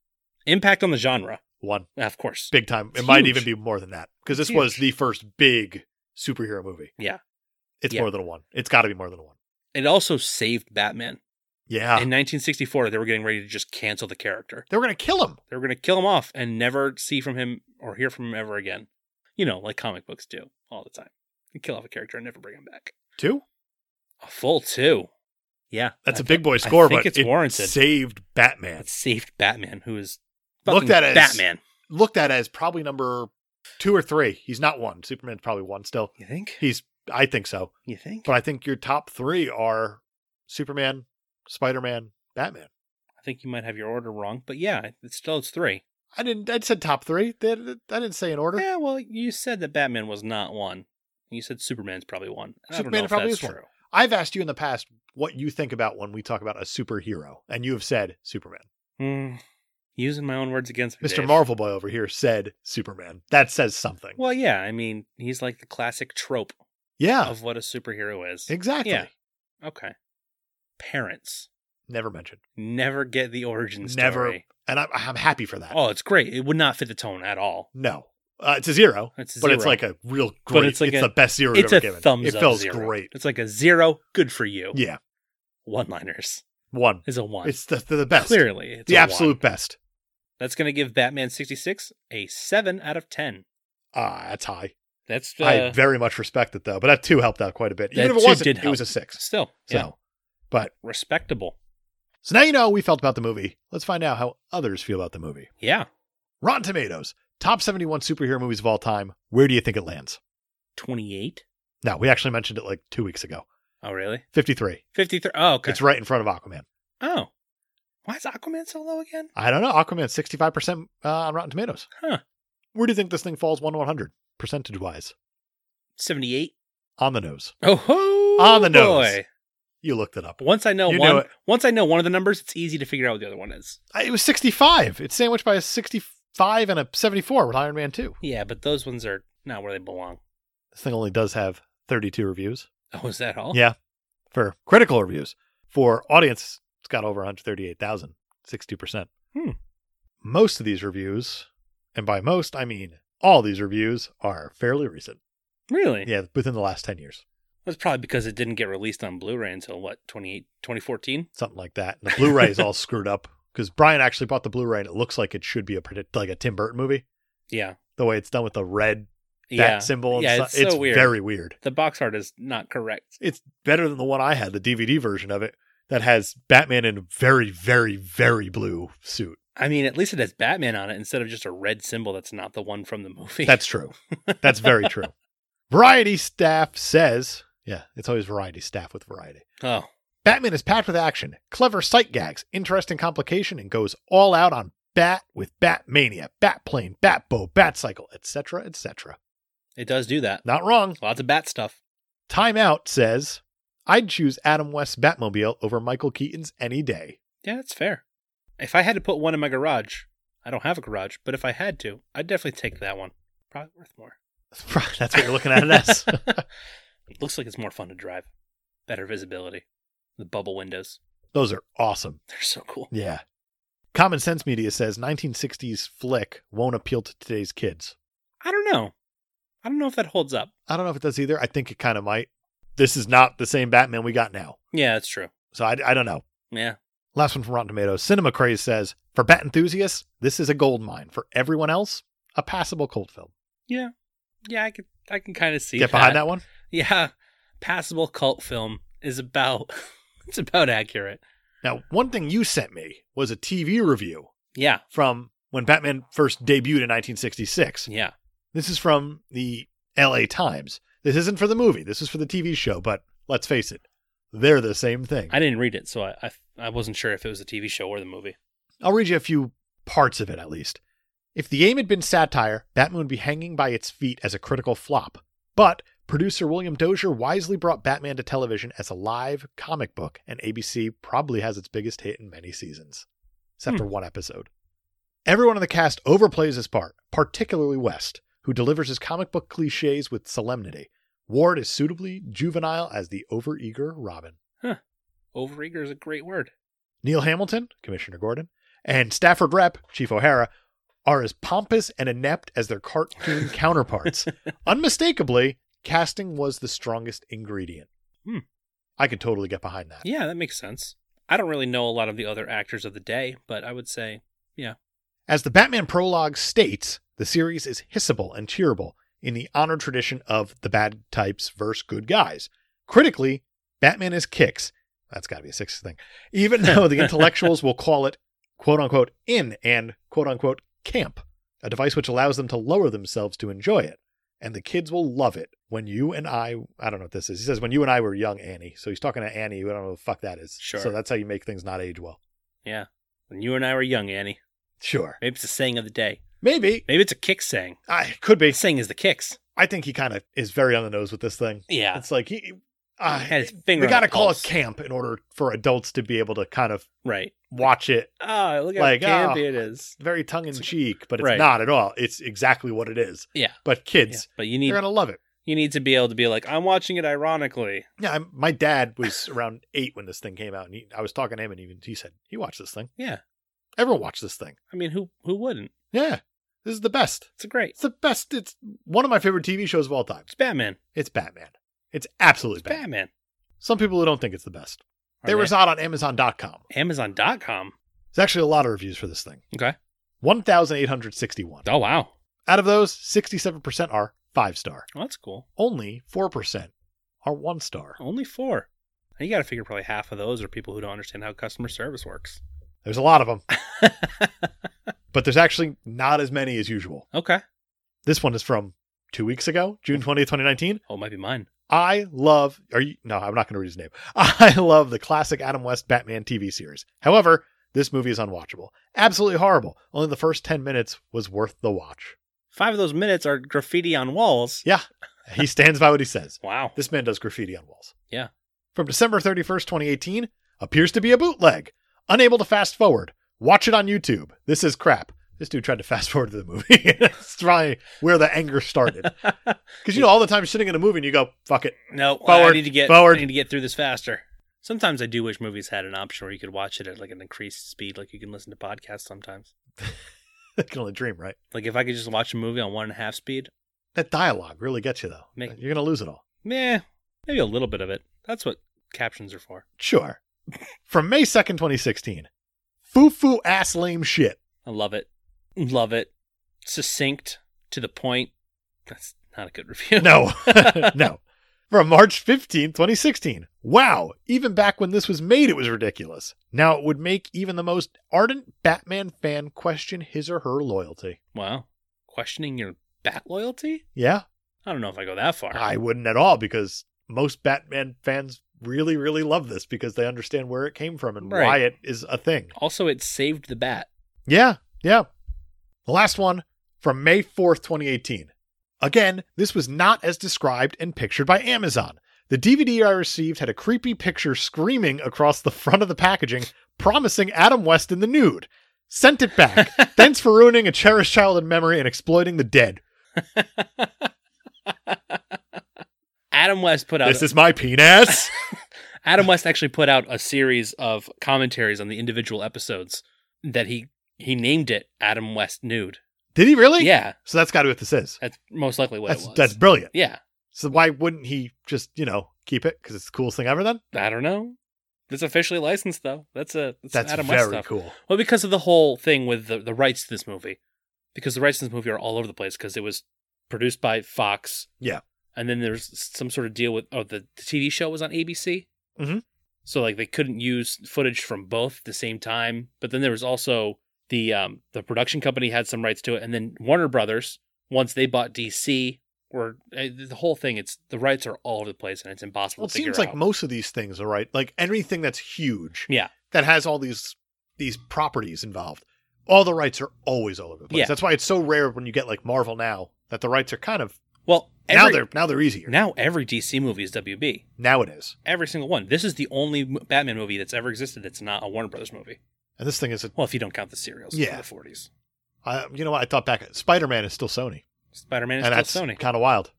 S1: Impact on the genre,
S4: one
S1: of course.
S4: big time. It
S1: It's
S4: might
S1: huge.
S4: even be more than that because this
S1: It's
S4: was
S1: huge.
S4: the first big superhero movie.
S1: Yeah.
S4: It's
S1: Yeah.
S4: more than a one. It's got to be more than a one.
S1: It also saved Batman.
S4: Yeah.
S1: In 1964, they were getting ready to just cancel the character.
S4: they were going to kill him.
S1: They were going to kill him off and never see from him or hear from him ever again. You know, like comic books do all the time. They kill off a character and never bring him back.
S4: Two?
S1: A full two. Yeah.
S4: That's
S1: a
S4: a big boy score,
S1: think
S4: but
S1: it's
S4: it
S1: warranted.
S4: saved Batman.
S1: It saved Batman, who is
S4: Looked
S1: fucking
S4: at as-
S1: Batman.
S4: Looked at as probably number two or three. He's not one. Superman's probably one still.
S1: You think?
S4: He's, I think so.
S1: You think?
S4: But I think your top three are Superman, Spider Man, Batman.
S1: I think you might have your order wrong, but yeah, it's still it's three.
S4: I didn't, I said top three. They- they- I didn't say in order.
S1: Yeah, well, you said that Batman was not one. You said Superman's probably one. I don't
S4: Superman
S1: know if
S4: probably
S1: that's
S4: is one.
S1: true.
S4: I've asked you in the past what you think about when we talk about a superhero, and you have said Superman.
S1: Hmm. using my own words against me,
S4: Mr.
S1: Dave.
S4: Marvel Boy over here said Superman. That says something.
S1: Well, yeah, I mean, he's like the classic trope
S4: yeah,
S1: of what a superhero is.
S4: exactly.
S1: Yeah. Okay. Parents
S4: Never mentioned.
S1: never get the origin story.
S4: Never. And I'm, I'm happy for that.
S1: Oh, it's great. It would not fit the tone at all.
S4: No. Uh, it's a zero,
S1: It's a
S4: but it's
S1: zero.
S4: like a real great.
S1: it's like a-
S4: the best zero
S1: it's
S4: you've
S1: a
S4: ever given.
S1: thumbs
S4: it
S1: up.
S4: feels
S1: zero.
S4: great.
S1: It's like a zero. Good for you.
S4: Yeah,
S1: One liners
S4: one.
S1: is a one.
S4: It's the the, the best.
S1: clearly it's
S4: the
S1: a one.
S4: absolute best.
S1: That's going to give Batman sixty six a seven out of ten.
S4: Ah, that's high.
S1: That's
S4: I
S1: uh,
S4: very much respect it though, but that two helped out quite a bit. Even
S1: That
S4: if it
S1: two
S4: wasn't,
S1: did
S4: it
S1: help.
S4: was a six.
S1: still
S4: So,
S1: yeah,
S4: but
S1: respectable.
S4: so now you know how we felt about the movie. Let's find out how others feel about the movie.
S1: Yeah,
S4: Rotten Tomatoes, top seventy-one superhero movies of all time. Where do you think it lands?
S1: twenty eight.
S4: No, we actually mentioned it like two weeks ago.
S1: Oh really?
S4: Fifty-three.
S1: Fifty three. Oh okay.
S4: It's right in front of Aquaman.
S1: Oh, why is Aquaman so low again?
S4: I don't know. Aquaman, 65% uh, on Rotten Tomatoes.
S1: Huh.
S4: Where do you think this thing falls 1 to 100 percentage wise?
S1: Seventy eight.
S4: On the nose.
S1: Oh ho!
S4: On the nose.
S1: boy.
S4: You looked it up.
S1: Once I know
S4: You
S1: one,
S4: knew it.
S1: once I know one of the numbers, it's easy to figure out what the other one is.
S4: Uh, It was 65. It's sandwiched by a 65 and a 74 with Iron Man 2.
S1: Yeah, but those ones are not where they belong.
S4: This thing only does have 32 reviews.
S1: Oh, is that all?
S4: Yeah. For critical reviews. For audience, it's got over 138,000, 62%.
S1: Hmm.
S4: Most of these reviews, and by most, I mean all these reviews, are fairly recent.
S1: Really?
S4: Yeah, within the last 10 years.
S1: That's probably because it didn't get released on Blu-ray until what 28, 2014?
S4: something like that. And the Blu-ray is all screwed up because Brian actually bought the Blu-ray, and it looks like it should be a predict- like a Tim Burton movie.
S1: Yeah.
S4: The way it's done with the red bat
S1: yeah.
S4: symbol, and
S1: yeah,
S4: stuff.
S1: it's so weird.
S4: very weird.
S1: The box art is not correct.
S4: It's better than the one I had, the DVD version of it that has Batman in a very, very, very blue suit.
S1: I mean, at least it has Batman on it instead of just a red symbol that's not the one from the movie.
S4: That's true. That's very true. Variety staff says, yeah, it's always variety staff with variety.
S1: Oh,
S4: Batman is packed with action, clever sight gags, interesting complication, and goes all out on Bat with Batmania, Batplane, Batbow, Batcycle, etc., etc.
S1: it does do that.
S4: Not wrong.
S1: Lots of bat stuff.
S4: Time Out says, I'd choose Adam West's Batmobile over Michael Keaton's any day.
S1: Yeah, that's fair. If I had to put one in my garage, I don't have a garage, but if I had to, I'd definitely take that one. Probably worth more.
S4: That's what you're looking at it as.
S1: Looks like it's more fun to drive. Better visibility. The bubble windows.
S4: Those are awesome.
S1: They're so cool.
S4: Yeah. Common Sense Media says 1960s flick won't appeal to today's kids.
S1: I don't know. I don't know if that holds up.
S4: I don't know if it does either. I think it kind of might. This is not the same Batman we got now.
S1: Yeah, that's true.
S4: So I, I don't know.
S1: Yeah.
S4: Last one from Rotten Tomatoes. Cinema Craze says, for bat enthusiasts, this is a gold mine. For everyone else, a passable cold film.
S1: Yeah. Yeah, I could I can kind of see
S4: Get behind that one.
S1: Yeah. Passable cult film is about it's about accurate.
S4: Now, one thing you sent me was a TV review
S1: Yeah.
S4: from when Batman first debuted in 1966.
S1: Yeah.
S4: This is from the LA Times. This isn't for the movie, this is for the TV show, but let's face it, they're the same thing.
S1: I didn't read it, so I, I I wasn't sure if it was a TV show or the movie.
S4: I'll read you a few parts of it at least. If the aim had been satire, Batman would be hanging by its feet as a critical flop. But producer William Dozier wisely brought Batman to television as a live comic book, and ABC probably has its biggest hit in many seasons, except for one episode. Everyone in the cast overplays his part, particularly West, who delivers his comic book cliches with solemnity. Ward is suitably juvenile as the overeager Robin.
S1: Overeager is a great word.
S4: Neil Hamilton, Commissioner Gordon, and Stafford Rep, Chief O'Hara, are as pompous and inept as their cartoon counterparts. Unmistakably, casting was the strongest ingredient.
S1: Hmm.
S4: I could totally get behind that.
S1: Yeah, that makes sense. I don't really know a lot of the other actors of the day, but I would say, yeah.
S4: As the Batman prologue states, the series is hissable and cheerable in the honored tradition of the bad types versus good guys. Critically, Batman is kicks. That's got to be a sixth thing. Even though the intellectuals will call it quote unquote in and quote unquote camp, a device which allows them to lower themselves to enjoy it. And the kids will love it when you and I, I don't know what this is. He says, when you and I were young, Annie. So he's talking to Annie. who I don't know who the fuck that is.
S1: Sure.
S4: So that's how you make things not age well.
S1: Yeah. When you and I were young, Annie.
S4: Sure.
S1: Maybe it's a saying of the day.
S4: Maybe.
S1: Maybe it's a kick saying.
S4: I could be.
S1: The saying is the kicks.
S4: I think he kind of is very on the nose with this thing.
S1: Yeah.
S4: It's like he, uh,
S1: Had his finger
S4: we
S1: on
S4: got to
S1: the
S4: call it
S1: pulse.
S4: camp in order for adults to be able to kind of
S1: Right.
S4: watch it
S1: Oh, look how
S4: Like,
S1: campy
S4: oh.
S1: it is.
S4: very tongue in cheek, but it's
S1: Right.
S4: not at all. It's exactly what it is.
S1: Yeah.
S4: But
S1: Yeah.
S4: kids,
S1: But you need
S4: they're gonna love it.
S1: you need to be able to be like, I'm watching it ironically.
S4: Yeah, I'm, my dad was around eight when this thing came out, and he, I was talking to him, and even he said he watched this thing.
S1: Yeah.
S4: Everyone watched this thing.
S1: I mean, who who wouldn't?
S4: Yeah, this is the best.
S1: It's a great.
S4: It's the best. It's one of my favorite TV shows of all time.
S1: It's Batman.
S4: It's Batman. It's absolutely
S1: It's
S4: Batman.
S1: Batman.
S4: Some people who don't think it's the best.
S1: Are
S4: They
S1: they-
S4: was out on Amazon.com.
S1: Amazon.com.
S4: There's actually a lot of reviews for this thing.
S1: Okay.
S4: 1,861.
S1: Oh wow.
S4: Out of those, 67% are five star.
S1: Well, that's cool.
S4: Only 4% are one star.
S1: Only four. And you got to figure probably half of those are people who don't understand how customer service works.
S4: There's a lot of them, but there's actually not as many as usual.
S1: okay.
S4: This one is from two weeks ago, June 20th, 2019.
S1: Oh, it might be mine.
S4: I love, are you, no, I'm not going to read his name. I love the classic Adam West Batman TV series. However, this movie is unwatchable. Absolutely horrible. Only the first 10 minutes was worth the watch.
S1: Five of those minutes are graffiti on walls.
S4: Yeah, he stands by what he says.
S1: Wow.
S4: This man does graffiti on walls.
S1: Yeah.
S4: From December 31st, 2018, appears to be a bootleg. Unable to fast forward. Watch it on YouTube. This is crap. This dude tried to fast forward to the movie. That's probably where the anger started. Because, you know, all the time you're sitting in a movie and you go, fuck it.
S1: No, I
S4: Forward,
S1: need to get
S4: forward.
S1: I need to get through this faster. Sometimes I do wish movies had an option where you could watch it at like an increased speed, like you can listen to podcasts sometimes.
S4: I can only dream, right?
S1: Like if I could just watch a movie on one and a half speed,
S4: That dialogue really gets you, though.
S1: Make-
S4: You're going to lose it all.
S1: meh, maybe a little bit of it. That's what captions are for.
S4: Sure. From May 2nd, 2016, foo foo ass lame shit.
S1: I love it, love it. Succinct to the point. That's not a good review.
S4: No, no. From March 15, 2016. Wow. Even back when this was made, it was ridiculous. Now it would make even the most ardent Batman fan question his or her loyalty.
S1: Wow, questioning your bat loyalty.
S4: Yeah.
S1: I don't know if I go that far.
S4: I wouldn't at all because most Batman fans really, really love this because they understand where it came from and
S1: Right.
S4: why it is a thing.
S1: also, it saved the bat.
S4: Yeah, yeah. The last one from May 4th, 2018. Again, this was not as described and pictured by Amazon. The DVD I received had a creepy picture screaming across the front of the packaging, promising Adam West in the nude. Sent it back. Thanks for ruining a cherished childhood memory and exploiting the dead.
S1: Adam West put out
S4: This is my penis.
S1: Adam West actually put out a series of commentaries on the individual episodes that he he named it Adam West Nude.
S4: Did he really?
S1: Yeah,
S4: So that's got to be what this is.
S1: that's most likely what
S4: That's
S1: it was.
S4: that's brilliant.
S1: yeah,
S4: So why wouldn't he just you know keep it because it's the coolest thing ever? Then
S1: I don't know. It's officially licensed though. That's a that's,
S4: that's
S1: Adam West
S4: very
S1: stuff.
S4: cool.
S1: Well, because of the whole thing with the, the rights to this movie, because the rights to this movie are all over the place because it was produced by Fox.
S4: Yeah.
S1: And then there's some sort of deal with oh the, the TV show was on ABC.
S4: Mhm.
S1: So like they couldn't use footage from both at the same time. But then there was also the um the production company had some rights to it, and then Warner Brothers once they bought DC or uh, the whole thing it's the rights are all over the place and it's impossible
S4: Well, it
S1: to figure
S4: seems like
S1: out.
S4: most of these things are right. Like anything that's huge,
S1: Yeah.
S4: that has all these these properties involved. All the rights are always all over the place.
S1: Yeah.
S4: That's why it's so rare when you get like Marvel now that the rights are kind of
S1: well,
S4: now
S1: every-
S4: they're now they're easier.
S1: now every DC movie is WB.
S4: now it is,
S1: every single one. This is the only m- Batman movie that's ever existed that's not a Warner Brothers movie.
S4: and this thing is. A,
S1: Well, if you don't count the serials
S4: Yeah.
S1: from the forties,
S4: I, you know what I thought back. Spider Man is still Sony,
S1: Spider Man is
S4: and that's
S1: still Sony.
S4: kind of wild.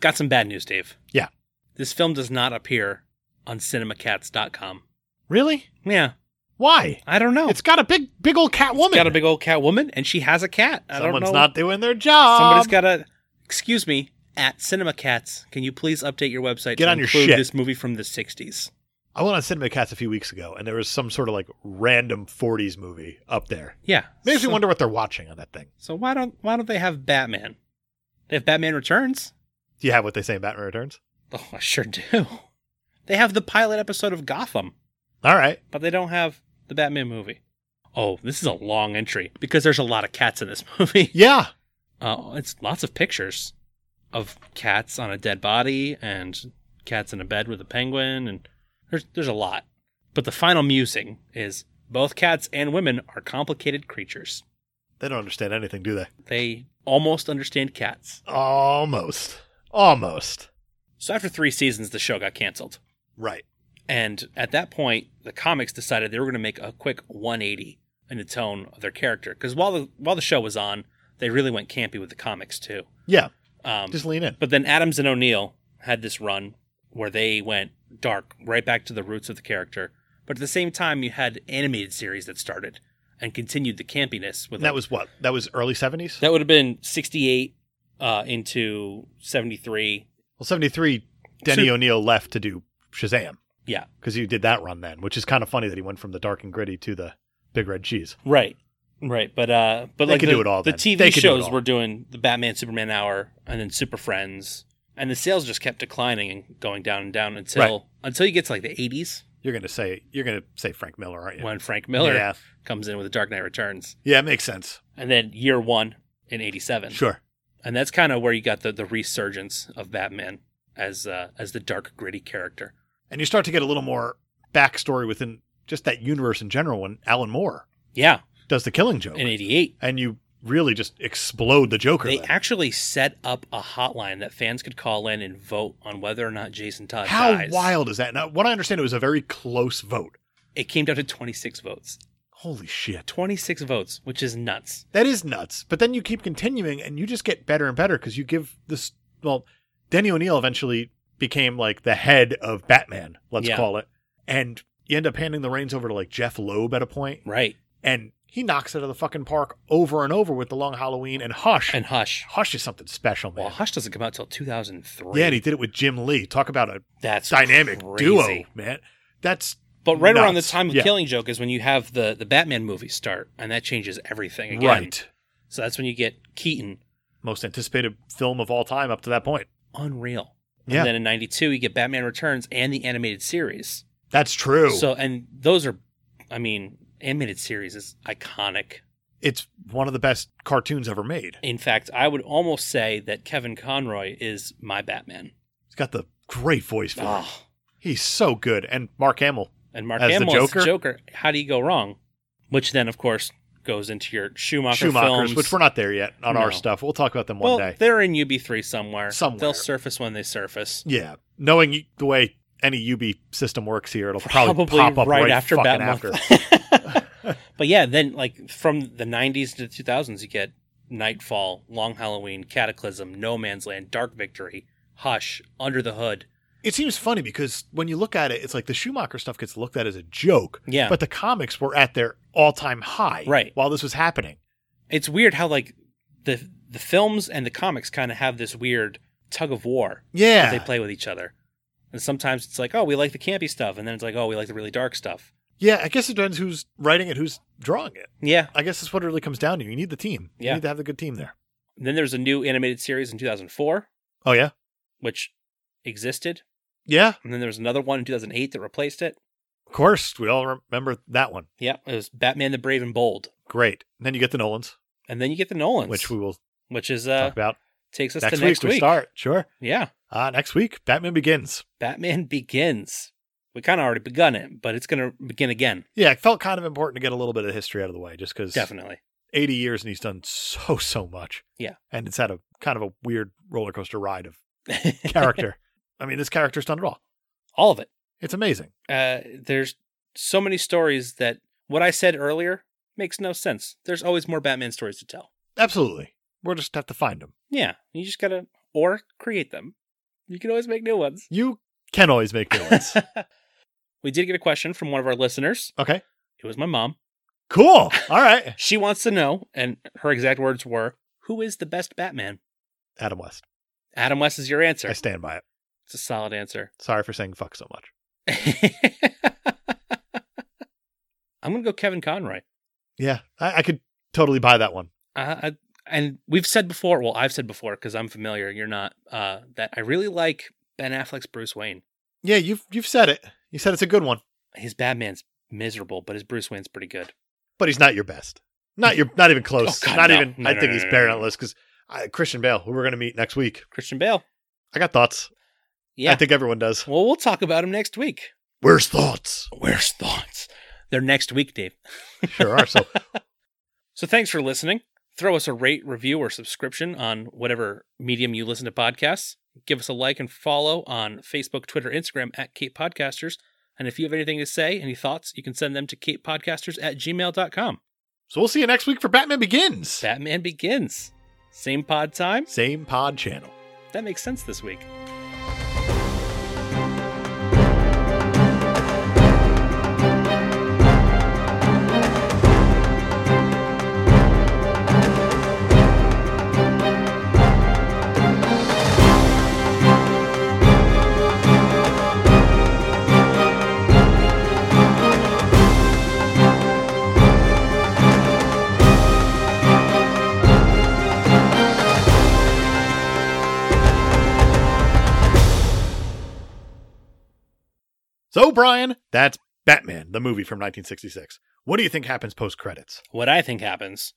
S1: Got some bad news, Dave.
S4: Yeah.
S1: this film does not appear on CinemaCats.com.
S4: Really?
S1: Yeah,
S4: Why?
S1: I don't know.
S4: It's got a big, big old cat woman.
S1: Oh. It's got a big old cat woman, and she has a cat. I
S4: Someone's
S1: don't know.
S4: not doing their job.
S1: Somebody's got a. Excuse me. At CinemaCats, can you please update your website
S4: Get
S1: to
S4: on your
S1: include
S4: shit.
S1: this movie from the '60s?
S4: I went on CinemaCats a few weeks ago, and there was some sort of like random 40s movie up there.
S1: Yeah,
S4: Makes
S1: so,
S4: me wonder what they're watching on that thing.
S1: So why don't why don't they have Batman? They have Batman Returns.
S4: Do you have what they say in Batman Returns?
S1: Oh, I sure do. They have the pilot episode of Gotham,
S4: All right.
S1: but they don't have the Batman movie. Oh, this is a long entry because there's a lot of cats in this movie.
S4: Yeah.
S1: Oh, it's lots of pictures of cats on a dead body and cats in a bed with a penguin, and there's there's a lot. But the final musing is both cats and women are complicated creatures.
S4: They don't understand anything, do they?
S1: They almost understand cats.
S4: Almost. Almost.
S1: So after three seasons, the show got canceled.
S4: Right.
S1: And at that point, the comics decided they were going to make a quick 180 in the tone of their character. Because while the while the show was on, they really went campy with the comics too.
S4: Yeah.
S1: Um,
S4: Just lean in.
S1: but then Adams and O'Neill had this run where they went dark, right back to the roots of the character. But at the same time, you had animated series that started and continued the campiness with
S4: And that
S1: a-
S4: was what? That was early 70s?
S1: that would have been 68 uh, into 73.
S4: Well, 73, Denny
S1: So-
S4: O'Neill left to do Shazam
S1: Yeah,
S4: because he did that run then, which is kind of funny that he went from the dark and gritty to the big red cheese.
S1: Right. Right. But uh but
S4: They
S1: like
S4: could
S1: the,
S4: do it all
S1: the
S4: then.
S1: TV
S4: They could do it
S1: shows
S4: all.
S1: were doing the Batman Superman Hour and then Super Friends and the sales just kept declining and going down and down until
S4: Right.
S1: until you get to like the 80s
S4: You're going to say you're going to say Frank Miller, aren't you?
S1: when Frank Miller
S4: Yeah.
S1: comes in with The Dark Knight Returns
S4: Yeah, it makes sense.
S1: and then year 1 in 87.
S4: Sure.
S1: And that's kind of where you got the the resurgence of Batman as uh as the dark gritty character.
S4: And you start to get a little more backstory within just that universe in general when Alan Moore
S1: Yeah,
S4: does the killing joke.
S1: in 88
S4: and you really just explode the Joker.
S1: they
S4: then.
S1: actually set up a hotline that fans could call in and vote on whether or not Jason Todd
S4: How
S1: dies.
S4: wild is that? Now, what I understand, it was a very close vote.
S1: it came down to 26 votes.
S4: Holy shit.
S1: 26 votes, which is nuts.
S4: That is nuts. But then you keep continuing and you just get better and better because you give this. Well, Denny O'Neill eventually became like the head of Batman, let's
S1: Yeah.
S4: call it. And you end up handing the reins over to like Jeff Loeb at a point,
S1: Right.
S4: And he knocks it out of the fucking park over and over with The Long Halloween and Hush.
S1: And Hush.
S4: Hush is something special, man.
S1: Well, Hush doesn't come out till 2003.
S4: yeah, and he did it with Jim Lee. Talk about a
S1: That's
S4: dynamic
S1: crazy.
S4: duo, man. That's
S1: But right around the
S4: Nuts.
S1: time of
S4: Yeah.
S1: Killing Joke is when you have the, the Batman movie start, and that changes everything again.
S4: right.
S1: So that's when you get Keaton,
S4: most anticipated film of all time up to that point.
S1: unreal.
S4: Yeah.
S1: And then in 92, you get Batman Returns and the animated series.
S4: That's true.
S1: So, and those are, I mean, animated series is iconic.
S4: it's one of the best cartoons ever made.
S1: In fact, I would almost say that Kevin Conroy is my Batman.
S4: He's got the great voice for it.
S1: Oh.
S4: He's so good. And Mark Hamill.
S1: And Mark
S4: As the
S1: Hamill is the
S4: Joker?
S1: Joker. How do you go wrong? Which then, of course, goes into your Schumacher
S4: Schumacher's,
S1: films.
S4: which we're not there yet on our
S1: No.
S4: stuff. We'll talk about them one
S1: well,
S4: day.
S1: they're in UB3 somewhere.
S4: Somewhere.
S1: They'll surface when they surface.
S4: Yeah, knowing the way any UB system works here, it'll probably,
S1: Probably
S4: pop up
S1: right
S4: right,
S1: after
S4: fucking
S1: Batman.
S4: after.
S1: But yeah, then like from the 90s to the 2000s, you get Nightfall, Long Halloween, Cataclysm, No Man's Land, Dark Victory, Hush, Under the Hood.
S4: it seems funny because when you look at it, it's like the Schumacher stuff gets looked at as a joke.
S1: Yeah.
S4: but the comics were at their all-time high.
S1: Right.
S4: while this was happening,
S1: It's weird how like the the films and the comics kind of have this weird tug of war.
S4: yeah,
S1: that they play with each other. And sometimes it's like, oh, we like the campy stuff, and then it's like, oh, we like the really dark stuff.
S4: yeah. I guess it depends who's writing it, who's drawing it.
S1: Yeah.
S4: I guess that's what it really comes down to. You need the team.
S1: Yeah.
S4: you need to have the good team there.
S1: And then there's a new animated series in 2004,
S4: Oh yeah,
S1: which existed,
S4: yeah.
S1: and then there was another one in 2008 that replaced it.
S4: Of course, we all remember that one.
S1: Yeah, it was Batman: The Brave and Bold,
S4: Great. And then you get the Nolans,
S1: and then you get the Nolans,
S4: which we will
S1: which is
S4: talk
S1: uh
S4: about
S1: takes us
S4: next
S1: to next
S4: week. We start sure.
S1: Yeah,
S4: Uh, next week, Batman Begins.
S1: Batman Begins. We kind of already begun it, but it's gonna begin again,
S4: Yeah, it felt kind of important to get a little bit of history out of the way just because
S1: definitely.
S4: 80 years and he's done so, so much.
S1: Yeah.
S4: And it's had a kind of a weird roller coaster ride of character. I mean, this character's done it all.
S1: All of it.
S4: It's amazing.
S1: Uh, there's so many stories that what I said earlier makes no sense. There's always more Batman stories to tell.
S4: Absolutely. We'll just have to find him.
S1: Yeah, you just gotta or create them. You can always make new ones.
S4: You can always make new ones.
S1: we did get a question from one of our listeners.
S4: okay.
S1: It was my mom.
S4: Cool. All right.
S1: She wants to know, and her exact words were, "Who is the best Batman?"
S4: Adam West.
S1: Adam West is your answer.
S4: I stand by it.
S1: It's a solid answer.
S4: Sorry for saying fuck so much.
S1: I'm gonna go Kevin Conroy.
S4: Yeah. I, I could totally buy that one.
S1: Uh, I, and we've said before, well, I've said before because I'm familiar. You're not. Uh, that I really like Ben Affleck's Bruce Wayne.
S4: Yeah, you've you've said it. You said it's a good one,
S1: His Batman's miserable, but his Bruce Wayne's pretty good.
S4: but he's not your best. Not your not even close.
S1: Oh, God,
S4: not
S1: no.
S4: even
S1: No,
S4: I
S1: no,
S4: think
S1: no,
S4: he's
S1: no,
S4: better
S1: no,
S4: on
S1: no.
S4: the list because Christian Bale, who we're gonna meet next week.
S1: Christian Bale.
S4: I got thoughts.
S1: Yeah.
S4: I think everyone does.
S1: well, we'll talk about him next week.
S4: Where's thoughts?
S1: Where's thoughts? They're next week, Dave.
S4: Sure are. So
S1: So thanks for listening. Throw us a rate, review, or subscription on whatever medium you listen to podcasts. Give us a like and follow on Facebook, Twitter, Instagram at Cape Podcasters. And if you have anything to say, any thoughts, you can send them to capepodcasters at gmail.com.
S4: so we'll see you next week for Batman Begins.
S1: Batman begins. Same pod time.
S4: Same pod channel.
S1: That makes sense this week.
S4: So Brian, that's Batman, the movie from 1966. What do you think happens post credits?
S1: What I think happens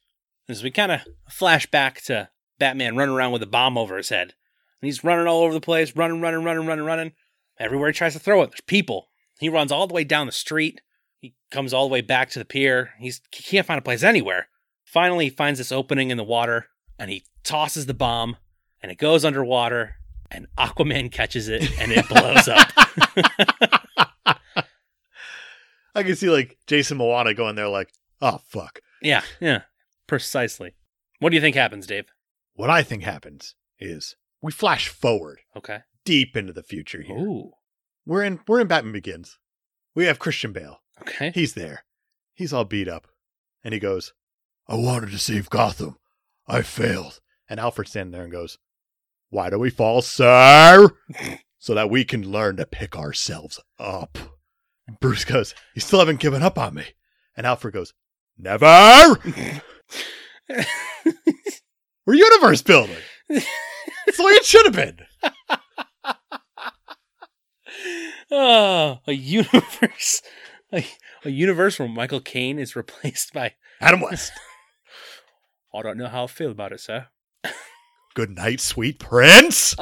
S1: is we kind of flash back to Batman running around with a bomb over his head. And he's running all over the place, running, running, running, running, running. Everywhere he tries to throw it, there's people. He runs all the way down the street. He comes all the way back to the pier. He's, he can't find a place anywhere. Finally, he finds this opening in the water and he tosses the bomb and it goes underwater and Aquaman catches it and it blows up.
S4: I can see like Jason Moana going there like, oh fuck.
S1: Yeah, yeah, precisely. What do you think happens, Dave?
S4: What I think happens is we flash forward
S1: Okay.
S4: deep into the future here.
S1: Ooh.
S4: We're in we're in Batman Begins. We have Christian Bale.
S1: Okay.
S4: He's there. He's all beat up. And he goes, I wanted to save Gotham. I failed. And Alfred's standing there and goes, Why do we fall, sir? so that we can learn to pick ourselves up. And Bruce goes, You still haven't given up on me. And Alfred goes, Never. We're universe building. That's the way it should have been.
S1: Oh, a universe, a, a universe where Michael Caine is replaced by
S4: Adam West.
S1: I don't know how I feel about it, sir.
S4: Good night, sweet prince.